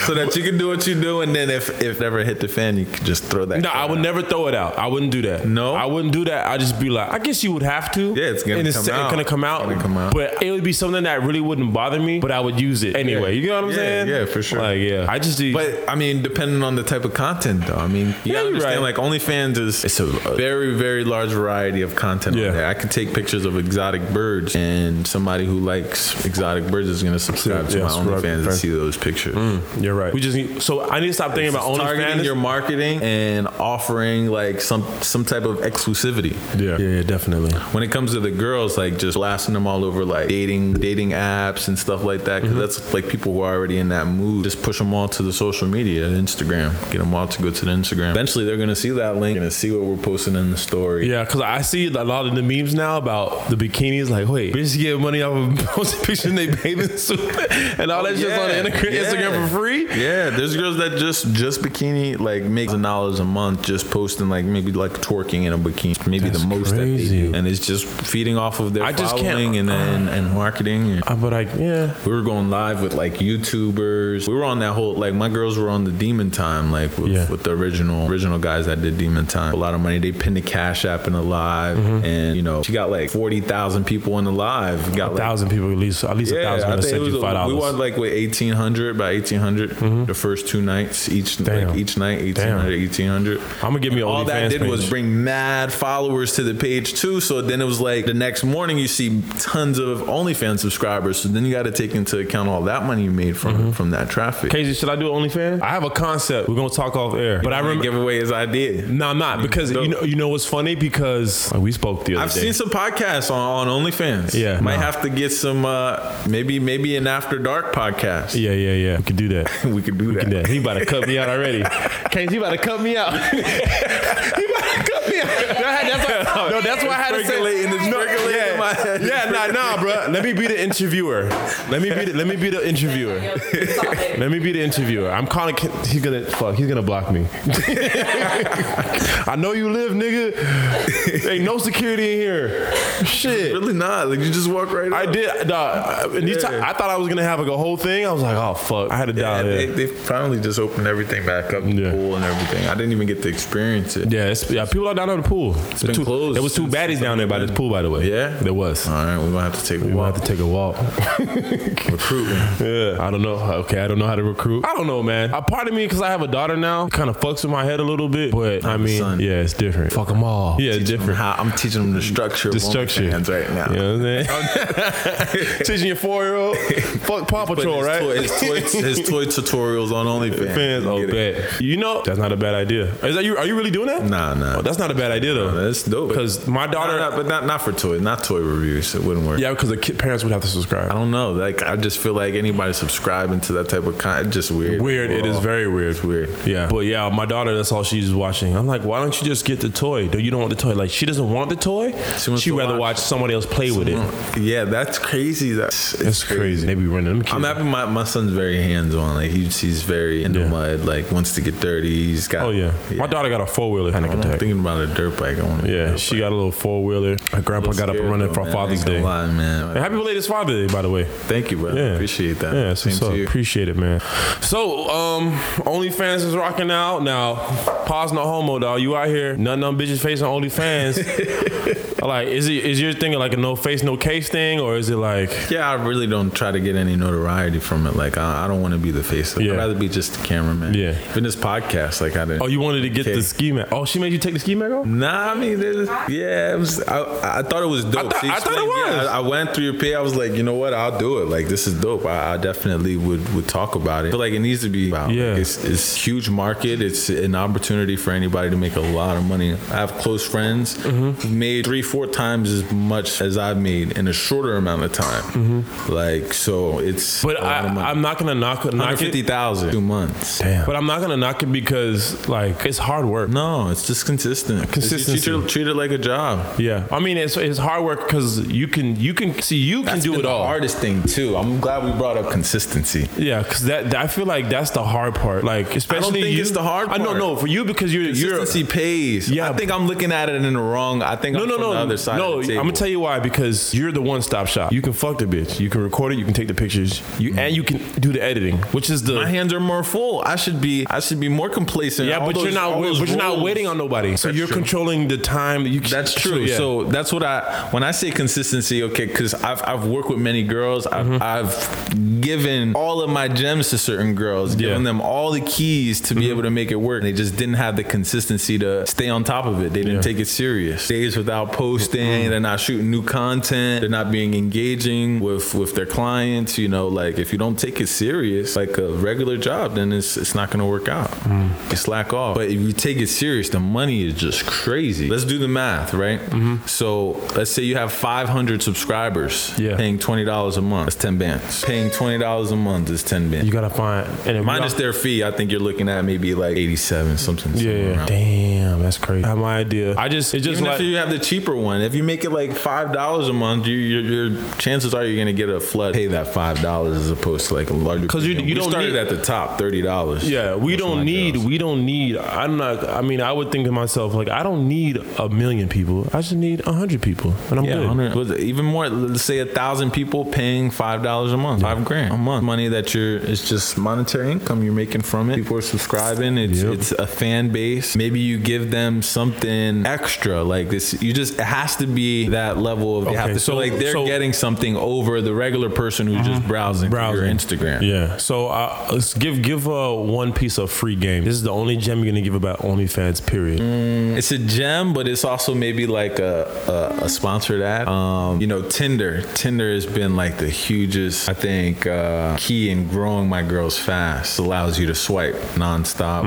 [SPEAKER 2] so that you can do what you do, and then if if it ever hit the fan, you could just throw that.
[SPEAKER 1] No, I would never throw it out. I wouldn't do that.
[SPEAKER 2] No?
[SPEAKER 1] I wouldn't do that. I'd just be like, I guess you would have to.
[SPEAKER 2] Yeah, it's gonna
[SPEAKER 1] and
[SPEAKER 2] come
[SPEAKER 1] it's,
[SPEAKER 2] out.
[SPEAKER 1] It's gonna come
[SPEAKER 2] It's
[SPEAKER 1] out.
[SPEAKER 2] gonna come out.
[SPEAKER 1] But it would be something that really wouldn't bother me. But I would use it anyway. You know what I'm
[SPEAKER 2] Yeah,
[SPEAKER 1] saying?
[SPEAKER 2] yeah, for sure.
[SPEAKER 1] Like, yeah, I just do.
[SPEAKER 2] But I mean, depending on the type of content, though. I mean, you
[SPEAKER 1] Yeah,
[SPEAKER 2] gotta
[SPEAKER 1] you're
[SPEAKER 2] understand,
[SPEAKER 1] right.
[SPEAKER 2] like OnlyFans is it's a very, very large variety of content
[SPEAKER 1] Yeah.
[SPEAKER 2] on there. I can take pictures of exotic birds, and somebody who likes exotic birds is gonna subscribe to
[SPEAKER 1] Yeah,
[SPEAKER 2] my
[SPEAKER 1] subscribe, Mm.
[SPEAKER 2] OnlyFans and
[SPEAKER 1] friend.
[SPEAKER 2] see those pictures.
[SPEAKER 1] you're right. We just need, so I need to stop thinking about
[SPEAKER 2] It's targeting
[SPEAKER 1] OnlyFans.
[SPEAKER 2] your marketing and offering like some some type of exclusivity.
[SPEAKER 1] yeah, yeah, definitely.
[SPEAKER 2] When it comes to the girls, like just blasting them all over like dating dating apps and stuff like that, because
[SPEAKER 1] Mm-hmm.
[SPEAKER 2] that's like people who are already in that mood. Just push them all to the social media, Instagram. Get them all to go to the Instagram. Eventually, they're gonna see that link, gonna see what we're posting in the story.
[SPEAKER 1] Yeah, because I see a lot of the memes now about the bikinis. Like, wait, bitches get money off of posting pictures in their bathing suit and all that shit's on
[SPEAKER 2] Oh, yeah,
[SPEAKER 1] Instagram,
[SPEAKER 2] yeah.
[SPEAKER 1] Instagram for free.
[SPEAKER 2] Yeah, there's girls that just just bikini like make dollars a month just posting like maybe like twerking in a bikini, maybe
[SPEAKER 1] That's
[SPEAKER 2] the most
[SPEAKER 1] crazy.
[SPEAKER 2] that they do, and it's just feeding off of their
[SPEAKER 1] I just can't-
[SPEAKER 2] following and and, and marketing.
[SPEAKER 1] Uh, But like, yeah,
[SPEAKER 2] We were going live with like YouTubers. We were on that whole like my girls were on the Demon Time like with,
[SPEAKER 1] Yeah.
[SPEAKER 2] with the original original guys that did Demon Time. A lot of money. They pinned the Cash App in the live, and you know she got like forty thousand people in the live. Got
[SPEAKER 1] a
[SPEAKER 2] like
[SPEAKER 1] thousand people at least, at least a thousand
[SPEAKER 2] I
[SPEAKER 1] gonna
[SPEAKER 2] think it
[SPEAKER 1] send
[SPEAKER 2] was
[SPEAKER 1] you five
[SPEAKER 2] a- we
[SPEAKER 1] dollars. Mm-hmm.
[SPEAKER 2] won like with eighteen hundred by eighteen the first two nights each
[SPEAKER 1] Damn.
[SPEAKER 2] like each night 1800 1800
[SPEAKER 1] I'm gonna give me an
[SPEAKER 2] all
[SPEAKER 1] OnlyFans
[SPEAKER 2] that did was
[SPEAKER 1] page.
[SPEAKER 2] bring mad followers to the page too so then it was like the next morning you see tons of OnlyFans subscribers so then you got to take into account all that money you made from
[SPEAKER 1] Mm-hmm.
[SPEAKER 2] from that traffic
[SPEAKER 1] Casey, should I do OnlyFans? I have a concept. We're gonna talk off air, but I
[SPEAKER 2] I'm gonna
[SPEAKER 1] remember.
[SPEAKER 2] give away his idea
[SPEAKER 1] No, I'm not because you know you know what's funny because like, we spoke the other
[SPEAKER 2] Mm, I've
[SPEAKER 1] day.
[SPEAKER 2] seen some podcasts on, on OnlyFans.
[SPEAKER 1] Yeah,
[SPEAKER 2] might
[SPEAKER 1] no.
[SPEAKER 2] have to get some. Uh, maybe maybe an After Dark podcast.
[SPEAKER 1] yeah, yeah, yeah. We could do that.
[SPEAKER 2] we could do that.
[SPEAKER 1] Yeah, he about to cut me out already. Case, he about to cut me out. he about to cut me out. That's why, no, that's why I had to say.
[SPEAKER 2] Percolating, it's percolating
[SPEAKER 1] yeah,
[SPEAKER 2] in my head.
[SPEAKER 1] yeah, nah, nah, bro. Let me be the interviewer. Let me be the, let me be the interviewer. Let me be the interviewer. I'm calling. He's gonna fuck. He's gonna block me. I know you live, nigga. Ain't no security in here. Shit.
[SPEAKER 2] Really not. Like you just walk right.
[SPEAKER 1] I
[SPEAKER 2] up.
[SPEAKER 1] did. Nah, and you t- I thought I was gonna have like a whole thing. I was like, oh fuck. I had to
[SPEAKER 2] Yeah,
[SPEAKER 1] dial
[SPEAKER 2] they,
[SPEAKER 1] it.
[SPEAKER 2] they finally just opened everything back up,
[SPEAKER 1] Yeah.
[SPEAKER 2] the pool and everything. I didn't even get to experience it.
[SPEAKER 1] Yeah, it's, yeah. People are down at the pool. It's
[SPEAKER 2] been
[SPEAKER 1] two,
[SPEAKER 2] closed
[SPEAKER 1] There was two
[SPEAKER 2] since-
[SPEAKER 1] baddies down there by this pool, by the way.
[SPEAKER 2] Yeah?
[SPEAKER 1] there was.
[SPEAKER 2] All right, we're gonna have to take a
[SPEAKER 1] We'll
[SPEAKER 2] walk.
[SPEAKER 1] have to take a walk.
[SPEAKER 2] Recruitment.
[SPEAKER 1] yeah. I don't know. Okay, I don't know how to recruit. I don't know, man. A part of me, because I have a daughter now, kind of fucks with my head a little bit. But I
[SPEAKER 2] I'm a
[SPEAKER 1] mean,
[SPEAKER 2] son.
[SPEAKER 1] yeah, it's different. Fuck them all. Yeah, it's different.
[SPEAKER 2] How, I'm teaching them the structure.
[SPEAKER 1] The structure.
[SPEAKER 2] Hands right now.
[SPEAKER 1] You know what I'm saying? Teaching your four year old. Fuck Paw
[SPEAKER 2] Putting
[SPEAKER 1] Patrol,
[SPEAKER 2] his
[SPEAKER 1] right?
[SPEAKER 2] Toy, his, toy, his toy tutorials on OnlyFans.
[SPEAKER 1] Fans,
[SPEAKER 2] You
[SPEAKER 1] oh,
[SPEAKER 2] get it.
[SPEAKER 1] bet. You know, that's not a bad idea. Is that you? Are you really doing that?
[SPEAKER 2] Nah, nah.
[SPEAKER 1] Oh, that's not a bad idea though.
[SPEAKER 2] That's dope.
[SPEAKER 1] Because my daughter,
[SPEAKER 2] Not- not- but not not for toy, not toy reviews. It wouldn't work.
[SPEAKER 1] yeah, because the kid, parents would have to subscribe.
[SPEAKER 2] I don't know. Like I just feel like anybody subscribing to that type of content, just weird.
[SPEAKER 1] Weird. It is
[SPEAKER 2] Overall.
[SPEAKER 1] very weird.
[SPEAKER 2] It's weird.
[SPEAKER 1] Yeah. But yeah, my daughter, that's all she's watching. I'm like, why don't you just get the toy? No, you don't want the toy. Like, she doesn't want the toy.
[SPEAKER 2] She wants
[SPEAKER 1] She'd
[SPEAKER 2] to
[SPEAKER 1] rather watch,
[SPEAKER 2] watch-
[SPEAKER 1] somebody else play with it.
[SPEAKER 2] Yeah, that's crazy. That's it's
[SPEAKER 1] That's crazy. They be running them kids.
[SPEAKER 2] I'm happy my, my son's very hands on. Like he's, he's very in
[SPEAKER 1] Yeah.
[SPEAKER 2] the mud. Like wants to get dirty. He's got.
[SPEAKER 1] oh, yeah. My daughter got a four wheeler panic
[SPEAKER 2] I'm
[SPEAKER 1] attack.
[SPEAKER 2] thinking about a dirt bike. I want. to
[SPEAKER 1] Yeah, she got a little four wheeler. Her grandpa got up and running for Father's Day.
[SPEAKER 2] Lot,
[SPEAKER 1] And
[SPEAKER 2] man.
[SPEAKER 1] happy belated Father's Day, by the way.
[SPEAKER 2] Thank you, bro.
[SPEAKER 1] Yeah.
[SPEAKER 2] Appreciate that.
[SPEAKER 1] Yeah, so,
[SPEAKER 2] Same to you.
[SPEAKER 1] appreciate it, man. So, um, OnlyFans is rocking out now. Pause no homo, dog. You out here, nothing on bitches face on OnlyFans. like, is it is your thing like a no face, no case thing, or is it like
[SPEAKER 2] Yeah, I really don't try to get any notoriety from it. Like I, I don't want to be the face. of it.
[SPEAKER 1] Yeah.
[SPEAKER 2] I'd rather be just the cameraman.
[SPEAKER 1] Yeah.
[SPEAKER 2] Even this podcast, like I didn't.
[SPEAKER 1] Oh, you wanted to get the
[SPEAKER 2] Okay.
[SPEAKER 1] ski mask. Oh, she made you take the ski mask off?
[SPEAKER 2] Nah, I mean, there's- yeah, it was, I, I thought it was dope.
[SPEAKER 1] I thought-
[SPEAKER 2] She
[SPEAKER 1] I thought it
[SPEAKER 2] explained, yeah,
[SPEAKER 1] was.
[SPEAKER 2] I, I went through your page. I was like, you know what? I'll do it. Like this is dope. I, I definitely would would talk about it. But like it needs to be. Wow.
[SPEAKER 1] Yeah.
[SPEAKER 2] Like, it's it's huge market. It's an opportunity for anybody to make a lot of money. I have close friends
[SPEAKER 1] Mm-hmm.
[SPEAKER 2] who've made three four times as much as I've made in a shorter amount of time. Like so, it's
[SPEAKER 1] Mm-hmm. But
[SPEAKER 2] a lot of money.
[SPEAKER 1] I, I'm not gonna knock knock
[SPEAKER 2] Fifty
[SPEAKER 1] it.
[SPEAKER 2] thousand two months. Damn.
[SPEAKER 1] But I'm not gonna knock it because like it's hard work.
[SPEAKER 2] No, it's just consistent.
[SPEAKER 1] Consistency.
[SPEAKER 2] Treat it, treat it like a job.
[SPEAKER 1] Yeah, I mean it's it's hard work because you can you can see you can
[SPEAKER 2] That's
[SPEAKER 1] do
[SPEAKER 2] been
[SPEAKER 1] it all.
[SPEAKER 2] The hardest thing too. I'm glad we brought up consistency.
[SPEAKER 1] Yeah, because that, that- I feel like that's the hard part. Like especially
[SPEAKER 2] think
[SPEAKER 1] you,
[SPEAKER 2] it's the hard
[SPEAKER 1] I don't
[SPEAKER 2] part.
[SPEAKER 1] know for you because you're you're
[SPEAKER 2] Consistency pays.
[SPEAKER 1] Yeah.
[SPEAKER 2] I think I'm looking at it in the wrong. I think
[SPEAKER 1] no
[SPEAKER 2] I'm
[SPEAKER 1] no
[SPEAKER 2] from
[SPEAKER 1] no
[SPEAKER 2] the other side.
[SPEAKER 1] no.
[SPEAKER 2] of the table.
[SPEAKER 1] I'm gonna tell you why because you're the one stop shop. You can fuck the bitch. You can record it. You can take the pictures. You and you can do the editing, which is the
[SPEAKER 2] My hands are more full. I should be. I should be more complacent.
[SPEAKER 1] yeah.
[SPEAKER 2] All
[SPEAKER 1] But you're
[SPEAKER 2] those-
[SPEAKER 1] not
[SPEAKER 2] all
[SPEAKER 1] wait-
[SPEAKER 2] those
[SPEAKER 1] but you're not
[SPEAKER 2] roles.
[SPEAKER 1] waiting on nobody. So you're
[SPEAKER 2] true.
[SPEAKER 1] controlling the time. You,
[SPEAKER 2] That's true.
[SPEAKER 1] yeah.
[SPEAKER 2] So that's what I when I say consistency, okay, because I've I've worked with many girls. I've, I've given all of my gems to certain girls, given them all the keys to be able to make it work. They just didn't have the consistency to stay on top of it. They didn't take it serious. Days without posting. They're not shooting new content. They're not being engaging with with their clients. You know, like if you don't take it serious, like a regular job, then it's it's not gonna work out. You slack off. But if you take it serious, the money is just crazy. Let's do the math, right? So let's say you have 500 subscribers
[SPEAKER 1] Yeah.
[SPEAKER 2] paying $20 a month. That's 10 bands. Paying $20 a month is 10 bands.
[SPEAKER 1] you gotta find and if
[SPEAKER 2] Minus
[SPEAKER 1] not-
[SPEAKER 2] their fee, I think you're looking at maybe like 87, something. somewhere
[SPEAKER 1] yeah, yeah.
[SPEAKER 2] around.
[SPEAKER 1] Damn, that's crazy. I have my idea. I just it just
[SPEAKER 2] Even
[SPEAKER 1] like
[SPEAKER 2] if you have the cheaper one, if you make it like five dollars a month, you, your, your chances are you're gonna get a flood. Pay that five dollars as opposed to like a larger.
[SPEAKER 1] 'Cause you-
[SPEAKER 2] premium.
[SPEAKER 1] you
[SPEAKER 2] We
[SPEAKER 1] don't
[SPEAKER 2] started
[SPEAKER 1] need-
[SPEAKER 2] at the top, thirty dollars.
[SPEAKER 1] Yeah, we don't need. We don't need. I'm not. I mean, I would think to myself like, I don't need a million people. I just need a hundred people, and I'm
[SPEAKER 2] Yeah,
[SPEAKER 1] good.
[SPEAKER 2] 100 was it even more. Let's say a thousand people paying five dollars a month, five grand a month. Money that you're, it's just monetary income you're making from it. People are subscribing. It's it's a fan base. Maybe you give them something extra like this. You just it has to be that level of. you have
[SPEAKER 1] Okay,
[SPEAKER 2] to so,
[SPEAKER 1] so-
[SPEAKER 2] like they're
[SPEAKER 1] so-
[SPEAKER 2] getting something over the regular person who's just browsing, browsing your
[SPEAKER 1] Browsing.
[SPEAKER 2] Instagram.
[SPEAKER 1] Yeah. So uh, let's give give uh, one piece of free game. This is the only gem you're gonna give about OnlyFans. Period.
[SPEAKER 2] Mm. It's a gem, but it's also maybe like a, a, a sponsored ad. Um, you know, Tinder. Tinder has been like the hugest, I think, uh, key in growing my girls fast. Allows you to swipe nonstop.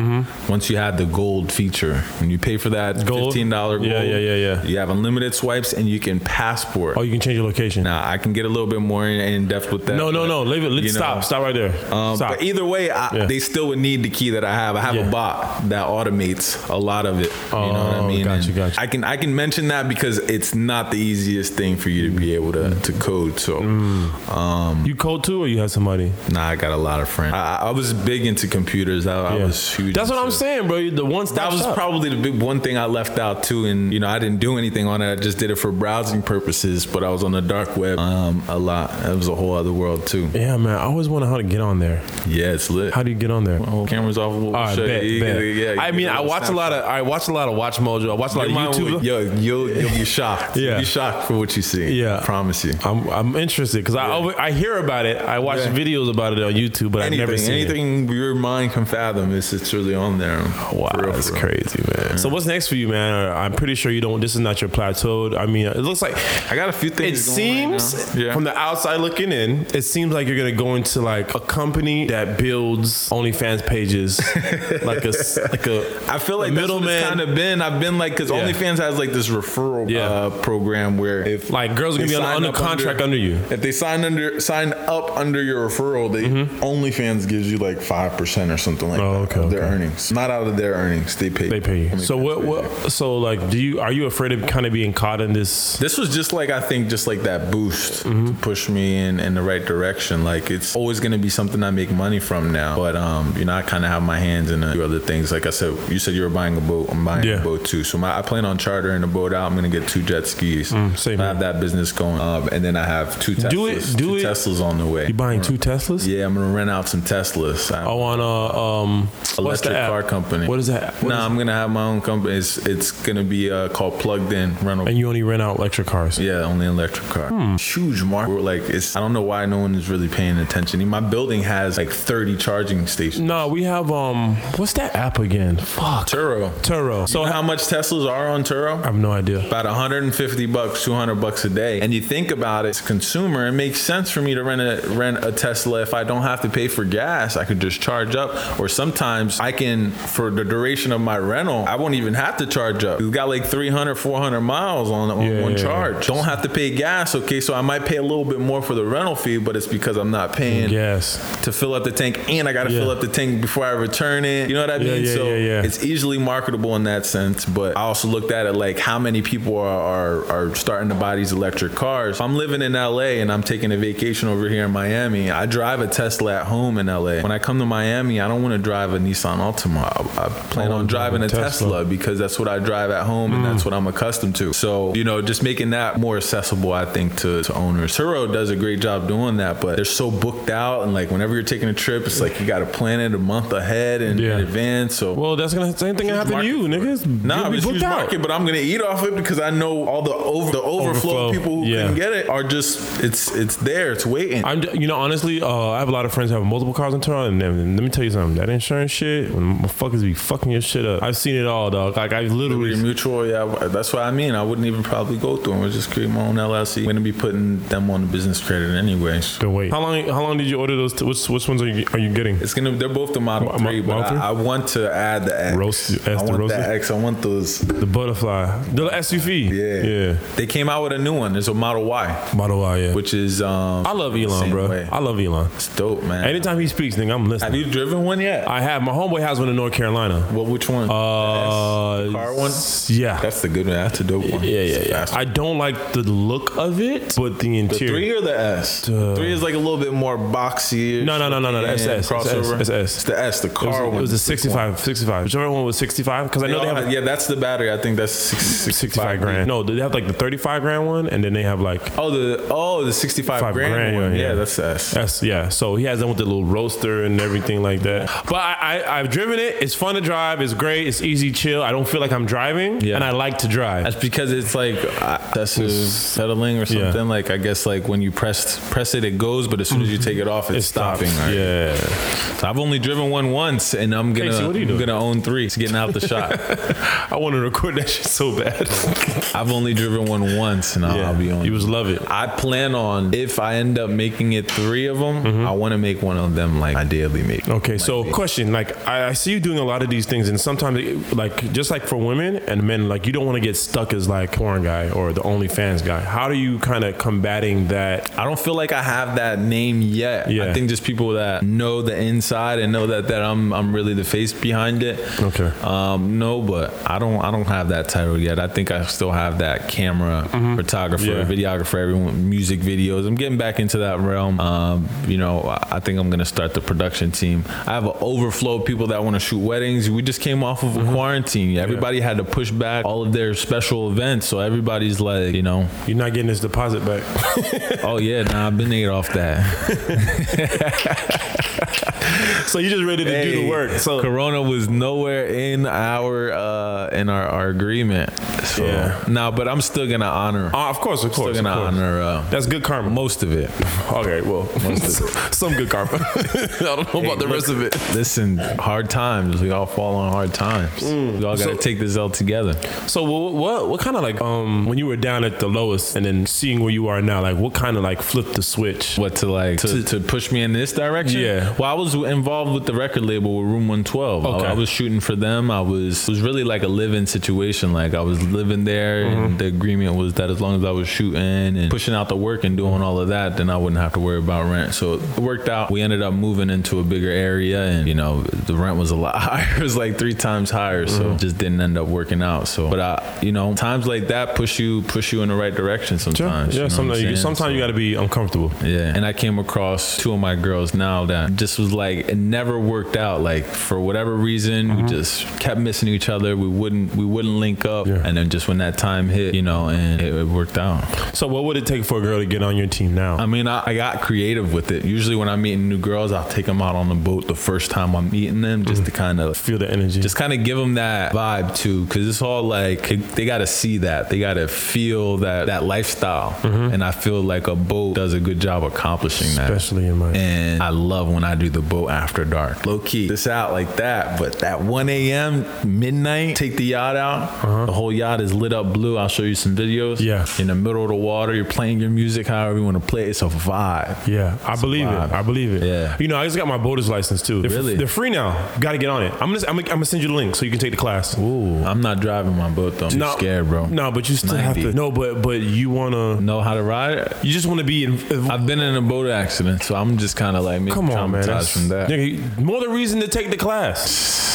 [SPEAKER 2] Once you have the gold feature, when you pay for that
[SPEAKER 1] Mm-hmm. Gold?
[SPEAKER 2] fifteen dollar gold,
[SPEAKER 1] Yeah, yeah, yeah, yeah.
[SPEAKER 2] you have unlimited swipes and you can passport.
[SPEAKER 1] Oh, you can change your location.
[SPEAKER 2] Now I can get a little bit more in, in depth with that.
[SPEAKER 1] no, no,
[SPEAKER 2] but,
[SPEAKER 1] no. Leave it. Let,
[SPEAKER 2] you know,
[SPEAKER 1] stop. stop right there.
[SPEAKER 2] um,
[SPEAKER 1] stop.
[SPEAKER 2] But either way, I,
[SPEAKER 1] Yeah.
[SPEAKER 2] they still would need the key that I have. I have
[SPEAKER 1] Yeah.
[SPEAKER 2] a bot that automates a lot of it. you know what
[SPEAKER 1] Oh,
[SPEAKER 2] I mean?
[SPEAKER 1] gotcha,
[SPEAKER 2] And
[SPEAKER 1] gotcha.
[SPEAKER 2] I can I can mention that because it's not the easiest thing for you to be able to, to code. So
[SPEAKER 1] Mm.
[SPEAKER 2] um,
[SPEAKER 1] you cold too, or you have somebody?
[SPEAKER 2] nah, I got a lot of friends. I, I was big into computers. I, I
[SPEAKER 1] Yeah.
[SPEAKER 2] was huge.
[SPEAKER 1] That's what
[SPEAKER 2] into-
[SPEAKER 1] I'm saying, bro. The one stop.
[SPEAKER 2] that was
[SPEAKER 1] shop.
[SPEAKER 2] probably the big one thing I left out too, and you know I didn't do anything on it. I just did it for browsing purposes, but I was on the dark web um, a lot. That was a whole other world too.
[SPEAKER 1] Yeah, man. I always wonder how to get on there.
[SPEAKER 2] Yeah, it's lit.
[SPEAKER 1] How do you get on there?
[SPEAKER 2] Oh, cameras off. We'll
[SPEAKER 1] All right,
[SPEAKER 2] show
[SPEAKER 1] bet,
[SPEAKER 2] you. You
[SPEAKER 1] bet.
[SPEAKER 2] gotta- yeah, you
[SPEAKER 1] I mean,
[SPEAKER 2] gotta
[SPEAKER 1] I
[SPEAKER 2] go
[SPEAKER 1] watch a
[SPEAKER 2] Snapchat.
[SPEAKER 1] lot of I watch a lot of Watch Mojo. I watch a lot
[SPEAKER 2] Your mind
[SPEAKER 1] of YouTube.
[SPEAKER 2] will- Yo, you'll you'll be shocked.
[SPEAKER 1] Yeah.
[SPEAKER 2] You'll be shocked for what you see.
[SPEAKER 1] Yeah.
[SPEAKER 2] I promise you.
[SPEAKER 1] I'm I'm interested because I always, I hear about it. I watch
[SPEAKER 2] Yeah.
[SPEAKER 1] videos about it on YouTube, but I've
[SPEAKER 2] Anything,
[SPEAKER 1] never seen it.
[SPEAKER 2] anything your mind can fathom is it's really on there.
[SPEAKER 1] Wow,
[SPEAKER 2] For real,
[SPEAKER 1] that's
[SPEAKER 2] for real.
[SPEAKER 1] crazy, man. So what's next for you, man? Or I'm pretty sure you don't. This is not your plateau. I mean, it looks like
[SPEAKER 2] I got a few
[SPEAKER 1] it
[SPEAKER 2] things. going
[SPEAKER 1] seems
[SPEAKER 2] right now. yeah.
[SPEAKER 1] from the outside looking in, it seems like you're gonna go into like a company that builds OnlyFans pages, like a s- like a.
[SPEAKER 2] I feel like
[SPEAKER 1] the
[SPEAKER 2] that's what it's
[SPEAKER 1] middleman-
[SPEAKER 2] kind of been. I've been like, because
[SPEAKER 1] Yeah.
[SPEAKER 2] OnlyFans has like this referral
[SPEAKER 1] Yeah.
[SPEAKER 2] uh, program where if
[SPEAKER 1] Like, girls are gonna
[SPEAKER 2] they
[SPEAKER 1] be on-
[SPEAKER 2] sign
[SPEAKER 1] under
[SPEAKER 2] up
[SPEAKER 1] contract under you.
[SPEAKER 2] If they sign under sign up under your referral, they OnlyFans gives you like five percent or something
[SPEAKER 1] Mm-hmm.
[SPEAKER 2] like
[SPEAKER 1] Oh,
[SPEAKER 2] that
[SPEAKER 1] okay,
[SPEAKER 2] of their
[SPEAKER 1] okay.
[SPEAKER 2] earnings, not out of their earnings. They pay.
[SPEAKER 1] They pay you. So
[SPEAKER 2] OnlyFans
[SPEAKER 1] what?
[SPEAKER 2] pays you.
[SPEAKER 1] What? So like, do you are you afraid of kind of being caught in this?
[SPEAKER 2] This was just like I think just like that boost
[SPEAKER 1] Mm-hmm.
[SPEAKER 2] to push me in in the right direction. Like it's always gonna be something I make money from now. But um, you know, I kind of have my hands in a few other things. Like I said, you said you were buying a boat. I'm buying
[SPEAKER 1] Yeah.
[SPEAKER 2] a boat too. So my, I plan on chartering a boat out. I'm gonna get two jet skis.
[SPEAKER 1] Mm, same
[SPEAKER 2] I have that business going, um, and then I have two Teslas.
[SPEAKER 1] Do it- do
[SPEAKER 2] two
[SPEAKER 1] it.
[SPEAKER 2] Teslas on the way.
[SPEAKER 1] You buying two Teslas?
[SPEAKER 2] Yeah, I'm gonna rent out some Teslas. I-
[SPEAKER 1] I want to um what's the
[SPEAKER 2] electric
[SPEAKER 1] app?
[SPEAKER 2] car company.
[SPEAKER 1] What is that? What
[SPEAKER 2] Nah,
[SPEAKER 1] is-
[SPEAKER 2] I'm gonna have my own company. It's it's gonna be uh, called Plugged In Rental.
[SPEAKER 1] and you only rent out electric cars.
[SPEAKER 2] Yeah, only an electric car. Huge market. We're like, it's I don't know why no one is really paying attention. My building has like 30 charging stations.
[SPEAKER 1] No, we have um what's that app again? Fuck.
[SPEAKER 2] Turo.
[SPEAKER 1] Turo. So
[SPEAKER 2] So how much Teslas are on Turo?
[SPEAKER 1] I have no idea.
[SPEAKER 2] About 150 bucks, 200 bucks a day. And you think about about it, as a consumer, it makes sense for me to rent a rent a Tesla if I don't have to pay for gas. I could just charge up, or sometimes I can for the duration of my rental, I won't even have to charge up. It's got like 300, 400 miles on, on
[SPEAKER 1] Yeah,
[SPEAKER 2] one
[SPEAKER 1] yeah, yeah.
[SPEAKER 2] charge. Don't have to pay gas. Okay, so I might pay a little bit more for the rental fee, but it's because I'm not paying
[SPEAKER 1] Yes.
[SPEAKER 2] to fill up the tank, and I got to
[SPEAKER 1] Yeah.
[SPEAKER 2] fill up the tank before I return it. You know what I
[SPEAKER 1] Yeah,
[SPEAKER 2] mean?
[SPEAKER 1] yeah,
[SPEAKER 2] so
[SPEAKER 1] yeah, yeah.
[SPEAKER 2] it's easily marketable in that sense. But I also looked at it like how many people are, are are starting to buy these electric cars. If I'm living in LA and I'm taking a vacation over here in Miami. I drive a Tesla at home in LA. When I come to Miami, I don't want to drive a Nissan Altima. I, I plan
[SPEAKER 1] wanna
[SPEAKER 2] on
[SPEAKER 1] drive a
[SPEAKER 2] driving a
[SPEAKER 1] Tesla.
[SPEAKER 2] Tesla. uh, because that's what I drive at home and that's what I'm accustomed to. So you know, just making that more accessible, I think, to, to owners. Hero does a great job doing that, but they're so booked out and like whenever you're taking a trip, it's like you got to plan it a month ahead and
[SPEAKER 1] Yeah.
[SPEAKER 2] in advance. So
[SPEAKER 1] Well, that's gonna same thing gonna happen to
[SPEAKER 2] market
[SPEAKER 1] you,
[SPEAKER 2] for it.
[SPEAKER 1] niggas.
[SPEAKER 2] Nah,
[SPEAKER 1] You'll be
[SPEAKER 2] it's
[SPEAKER 1] booked
[SPEAKER 2] huge
[SPEAKER 1] out.
[SPEAKER 2] market, but I'm gonna eat off it because I know all the over the overflow,
[SPEAKER 1] Overflow,
[SPEAKER 2] of people who
[SPEAKER 1] yeah.
[SPEAKER 2] can get it are just it's it's there, it's waiting.
[SPEAKER 1] I'm, you know, honestly, uh, I have a lot of friends who have multiple cars in Toronto, and, then- let me tell you something. That insurance shit, when motherfuckers be fucking your shit up. I've seen it all, dog. Like I
[SPEAKER 2] Liberty
[SPEAKER 1] literally,
[SPEAKER 2] Mutual, yeah, that's what I mean. I wouldn't even probably go through them. We'll just create my own LLC. I'm gonna be putting them on the business credit anyway. so.
[SPEAKER 1] Then wait. How long? How long did you order those? T- which which ones are you are you getting?
[SPEAKER 2] It's gonna. They're both the Model
[SPEAKER 1] Mo-
[SPEAKER 2] Three,
[SPEAKER 1] Model
[SPEAKER 2] but
[SPEAKER 1] three?
[SPEAKER 2] I, I want to add the X.
[SPEAKER 1] Roast-
[SPEAKER 2] I
[SPEAKER 1] that's the
[SPEAKER 2] want
[SPEAKER 1] roasted?
[SPEAKER 2] the X. I want those.
[SPEAKER 1] The butterfly, the SUV.
[SPEAKER 2] Yeah.
[SPEAKER 1] yeah.
[SPEAKER 2] They came out with a new one. There's a Model Y,
[SPEAKER 1] By the way, yeah.
[SPEAKER 2] which is. Um,
[SPEAKER 1] I love Elon,
[SPEAKER 2] same
[SPEAKER 1] bro.
[SPEAKER 2] way.
[SPEAKER 1] I love Elon.
[SPEAKER 2] It's dope, man.
[SPEAKER 1] Anytime he speaks, nigga, I'm
[SPEAKER 2] Have
[SPEAKER 1] listening.
[SPEAKER 2] you driven one yet?
[SPEAKER 1] I have my homeboy has one in North Carolina.
[SPEAKER 2] well, which one?
[SPEAKER 1] Uh,
[SPEAKER 2] The car one?
[SPEAKER 1] Yeah.
[SPEAKER 2] That's the good one. That's the dope one.
[SPEAKER 1] Yeah, yeah,
[SPEAKER 2] It's
[SPEAKER 1] yeah.
[SPEAKER 2] fast.
[SPEAKER 1] I don't like the look of it, but the
[SPEAKER 2] the
[SPEAKER 1] interior.
[SPEAKER 2] three or the S?
[SPEAKER 1] Duh.
[SPEAKER 2] three is like a little bit more boxy.
[SPEAKER 1] No, no, no, no, no, that's
[SPEAKER 2] and
[SPEAKER 1] S, that's S,
[SPEAKER 2] Crossover.
[SPEAKER 1] that's S.
[SPEAKER 2] It's the S. The
[SPEAKER 1] it
[SPEAKER 2] car
[SPEAKER 1] was,
[SPEAKER 2] one.
[SPEAKER 1] it was a 65, 65. Whichever one was 65, because I know they have
[SPEAKER 2] yeah, that's the battery. I think that's six-
[SPEAKER 1] 65, grand. No, they have like the 35 grand one, and then they have like
[SPEAKER 2] Oh, the oh the sixty-five
[SPEAKER 1] Five
[SPEAKER 2] grand,
[SPEAKER 1] grand,
[SPEAKER 2] one.
[SPEAKER 1] yeah.
[SPEAKER 2] Yeah, that's S.
[SPEAKER 1] That's yeah. So he has them with the little roaster and everything like that. But I, I I've driven it. It's fun to drive. It's great. It's easy, chill. I don't feel like I'm driving,
[SPEAKER 2] Yeah.
[SPEAKER 1] and I like to drive.
[SPEAKER 2] That's because it's like uh, that's a settling or something. Like I guess like when you press press it, it goes, but as soon as you take it off, it's,
[SPEAKER 1] Mm-hmm. It stops.
[SPEAKER 2] stopping. right?
[SPEAKER 1] Yeah.
[SPEAKER 2] So I've only driven one once, and I'm gonna
[SPEAKER 1] Casey, what are you
[SPEAKER 2] I'm
[SPEAKER 1] doing?
[SPEAKER 2] gonna own three. It's getting out the shop.
[SPEAKER 1] I want to record that shit so bad.
[SPEAKER 2] I've only driven one once, and I'll, I'll be on.
[SPEAKER 1] You was love it.
[SPEAKER 2] I plan on if I end up making it three of them,
[SPEAKER 1] Mm-hmm.
[SPEAKER 2] I want to make one of them like I daily make.
[SPEAKER 1] Okay, so question, like I, I see you doing a lot of these things, and sometimes, it, like just like for women and men, like you don't want to get stuck as like porn guy or the OnlyFans guy. How do you kind of combating that?
[SPEAKER 2] I don't feel like I have that name yet.
[SPEAKER 1] Yeah.
[SPEAKER 2] I think just people that know the inside and know that that I'm I'm really the face behind it.
[SPEAKER 1] Okay.
[SPEAKER 2] Um, no, but I don't I don't have that title yet. I think I still have that camera photographer,
[SPEAKER 1] Mm-hmm. Yeah.
[SPEAKER 2] videographer, everyone, music videos. I'm getting back into that realm. Um, you know, I I think I'm gonna start the production team. I have an overflow of people that want to shoot weddings. We just came off of
[SPEAKER 1] Mm-hmm.
[SPEAKER 2] a quarantine. Everybody had to push back all of their special events, so everybody's like, you know,
[SPEAKER 1] You're not getting this deposit back.
[SPEAKER 2] oh yeah, nah, I've been ate off that.
[SPEAKER 1] so you just ready to do the
[SPEAKER 2] Hey,
[SPEAKER 1] work. So
[SPEAKER 2] Corona was nowhere in our uh in our, our agreement. So
[SPEAKER 1] Yeah.
[SPEAKER 2] nah, but I'm still gonna honor
[SPEAKER 1] Uh, of course, of
[SPEAKER 2] still
[SPEAKER 1] course, of
[SPEAKER 2] gonna
[SPEAKER 1] course.
[SPEAKER 2] honor uh,
[SPEAKER 1] That's good karma.
[SPEAKER 2] most of it.
[SPEAKER 1] Okay, well, some good karma. I don't know about the rest of it.
[SPEAKER 2] Listen, hard times. We all fall on hard times. We all gotta
[SPEAKER 1] Mm. So-
[SPEAKER 2] take this L together.
[SPEAKER 1] So what what, what kind of like um when you were down at the lowest and then seeing where you are now, like what kind of like flipped the switch?
[SPEAKER 2] What to like to, to push me in this direction?
[SPEAKER 1] Yeah.
[SPEAKER 2] Well, I was involved with the record label with Room One Twelve.
[SPEAKER 1] Okay.
[SPEAKER 2] I, I was shooting for them. I was it was really like a live-in situation. Like I was living there,
[SPEAKER 1] Mm-hmm.
[SPEAKER 2] and the agreement was that as long as I was shooting and pushing out the work and doing all of that, then I wouldn't have to worry about rent. So it worked out. We ended up moving into a bigger area, and you know the rent was a lot higher. It was like three times higher.
[SPEAKER 1] Mm-hmm.
[SPEAKER 2] So it just didn't end up working out. So, but I, you know, times like that push you push you in the right direction sometimes.
[SPEAKER 1] yeah,
[SPEAKER 2] you know what I'm
[SPEAKER 1] sometimes you,
[SPEAKER 2] saying?
[SPEAKER 1] sometimes
[SPEAKER 2] So-
[SPEAKER 1] you got to be uncomfortable.
[SPEAKER 2] yeah. And I came across two of my girls now that just was like it never worked out. Like for whatever reason, we just kept missing each other. We wouldn't we wouldn't link up.
[SPEAKER 1] Yeah.
[SPEAKER 2] And then just when that time hit, you know, and it, it worked out.
[SPEAKER 1] So what would it take for a girl to get on your team now?
[SPEAKER 2] I mean, I, I got creative with it. Usually when I'm meeting new girls, I'll take them out on the boat the first time I'm meeting them just to kind of
[SPEAKER 1] Feel the energy.
[SPEAKER 2] just kind of give them that vibe too because it's all like they got to see that they got to feel that that lifestyle
[SPEAKER 1] Mm-hmm.
[SPEAKER 2] and i feel like a boat does a good job accomplishing that
[SPEAKER 1] Especially in my-
[SPEAKER 2] and i love when i do the boat after dark low key this out like that but that 1 a.m midnight take the yacht out the whole yacht is lit up blue i'll show you some videos
[SPEAKER 1] Uh-huh. Yeah.
[SPEAKER 2] in the middle of the water you're playing your music, however you want to play it, it's a vibe.
[SPEAKER 1] Yeah, I believe it.
[SPEAKER 2] vibe.
[SPEAKER 1] I believe it.
[SPEAKER 2] Yeah.
[SPEAKER 1] You know, I just got my boater's license too. They're,
[SPEAKER 2] Really?
[SPEAKER 1] They're free now. Got to get on it. I'm gonna, I'm gonna, I'm gonna send you the link so you can take the class.
[SPEAKER 2] Ooh, I'm not driving my boat though. I'm
[SPEAKER 1] No,
[SPEAKER 2] scared, bro.
[SPEAKER 1] No, but you still have to.
[SPEAKER 2] 90.
[SPEAKER 1] No, but but you wanna.
[SPEAKER 2] Know how to ride?
[SPEAKER 1] You just wanna be. In,
[SPEAKER 2] I've been in a boat accident, so I'm just kind of like maybe
[SPEAKER 1] come on, man.
[SPEAKER 2] traumatized
[SPEAKER 1] That's,
[SPEAKER 2] from that.
[SPEAKER 1] Nigga, more the reason to take the class.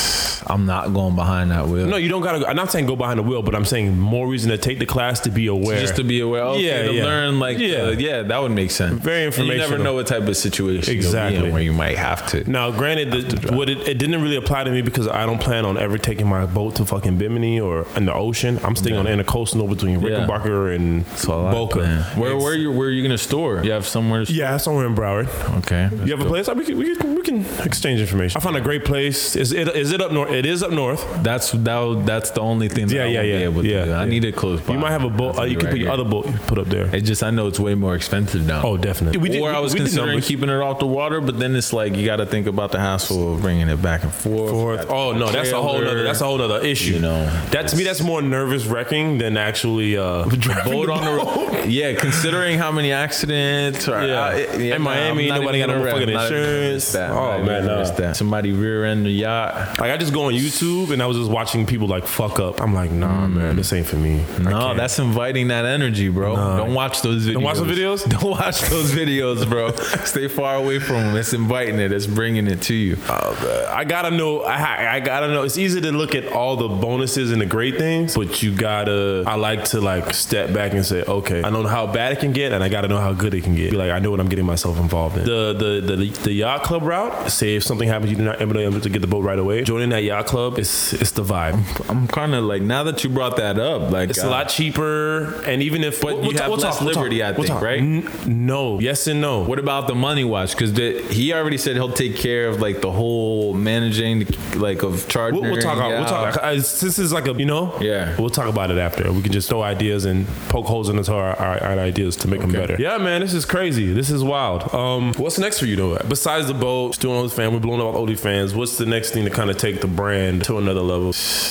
[SPEAKER 2] I'm not going behind that wheel.
[SPEAKER 1] No, you don't gotta. I'm not saying go behind the wheel, but I'm saying more reason to take the class to be aware.
[SPEAKER 2] just to be aware. Okay,
[SPEAKER 1] Yeah,
[SPEAKER 2] to
[SPEAKER 1] yeah.
[SPEAKER 2] learn like
[SPEAKER 1] Yeah.
[SPEAKER 2] yeah, yeah, that would make sense.
[SPEAKER 1] Very
[SPEAKER 2] And You never
[SPEAKER 1] informational.
[SPEAKER 2] know what type of situation exactly
[SPEAKER 1] Exactly.
[SPEAKER 2] where you might have to.
[SPEAKER 1] Now, granted, the, what it, it didn't really apply to me because I don't plan on ever taking my boat to fucking Bimini or in the ocean. I'm staying on the intercoastal between Rickenbacker and
[SPEAKER 2] Well, I plan.
[SPEAKER 1] Boca.
[SPEAKER 2] Where where you where are you gonna store? You have somewhere. To
[SPEAKER 1] Yeah, somewhere in Broward.
[SPEAKER 2] Okay.
[SPEAKER 1] You have a place? We can, we, can, we can exchange information. I found a great place. Is it is it up north? It is up north.
[SPEAKER 2] That's that. That's the only thing. That
[SPEAKER 1] Yeah,
[SPEAKER 2] I
[SPEAKER 1] yeah,
[SPEAKER 2] won't
[SPEAKER 1] yeah,
[SPEAKER 2] Be able to
[SPEAKER 1] yeah,
[SPEAKER 2] do. I
[SPEAKER 1] yeah.
[SPEAKER 2] need it close by.
[SPEAKER 1] You might have a boat.
[SPEAKER 2] That's
[SPEAKER 1] Uh, you
[SPEAKER 2] gonna
[SPEAKER 1] can
[SPEAKER 2] be
[SPEAKER 1] put
[SPEAKER 2] right
[SPEAKER 1] your
[SPEAKER 2] here.
[SPEAKER 1] other boat. You put up there.
[SPEAKER 2] It's just I know it's way more expensive now.
[SPEAKER 1] Oh, definitely. We
[SPEAKER 2] or I was
[SPEAKER 1] we
[SPEAKER 2] considering
[SPEAKER 1] numbers.
[SPEAKER 2] keeping it off the water, but then it's like you got to think about the hassle of bringing it back and forth.
[SPEAKER 1] Fourth. Oh no, that's a whole nother, that's a whole other issue.
[SPEAKER 2] You know,
[SPEAKER 1] that to me that's more nervous wrecking than actually uh, driving
[SPEAKER 2] boat
[SPEAKER 1] the
[SPEAKER 2] on the road. Yeah, considering how many accidents are
[SPEAKER 1] Yeah.
[SPEAKER 2] out-
[SPEAKER 1] In Miami,
[SPEAKER 2] I'm not
[SPEAKER 1] nobody
[SPEAKER 2] even
[SPEAKER 1] got no
[SPEAKER 2] gonna
[SPEAKER 1] fucking
[SPEAKER 2] risk- not even gonna
[SPEAKER 1] insurance.
[SPEAKER 2] risk that.
[SPEAKER 1] Oh,
[SPEAKER 2] Not even
[SPEAKER 1] man,
[SPEAKER 2] gonna
[SPEAKER 1] no.
[SPEAKER 2] risk that. Somebody rear end the yacht.
[SPEAKER 1] Like I just go on YouTube and I was just watching people like fuck up. I'm like, nah, man, this ain't for me.
[SPEAKER 2] No, that's inviting Hmm. that energy, bro. Don't watch those videos. Don't
[SPEAKER 1] watch those videos?
[SPEAKER 2] Don't watch those videos, bro. Stay far away from them. It's inviting it. It's bringing it to you.
[SPEAKER 1] Oh, I gotta know. I, ha- I gotta know. It's easy to look at all the bonuses and the great things, but you gotta. I like to like step back and say, okay, I know how bad it can get, and I gotta know how good it can get. Be like, I know what I'm getting myself involved in. The the the, the yacht club route. Say if something happens, you're not able able to get the boat right away. Joining that yacht club, it's it's the vibe.
[SPEAKER 2] I'm kind of like now that you brought that up, like
[SPEAKER 1] It's
[SPEAKER 2] uh,
[SPEAKER 1] a lot cheaper, and even if
[SPEAKER 2] But you have less liberty, I think, right?
[SPEAKER 1] N- no, yes and no.
[SPEAKER 2] What about the money watch? Because he already said he'll take care of like the whole managing, like of charging.
[SPEAKER 1] We'll, we'll talk. About,
[SPEAKER 2] her
[SPEAKER 1] we'll
[SPEAKER 2] out.
[SPEAKER 1] talk. I, this is like a you know.
[SPEAKER 2] Yeah.
[SPEAKER 1] We'll talk about it after. We can just throw ideas and poke holes into our, our, our ideas to make them better. Yeah, man, this is crazy. This is wild. Um, what's next for you though? Besides the boat, doing OnlyFans, we're blowing up OnlyFans. What's the next thing to kind of take the brand to another level?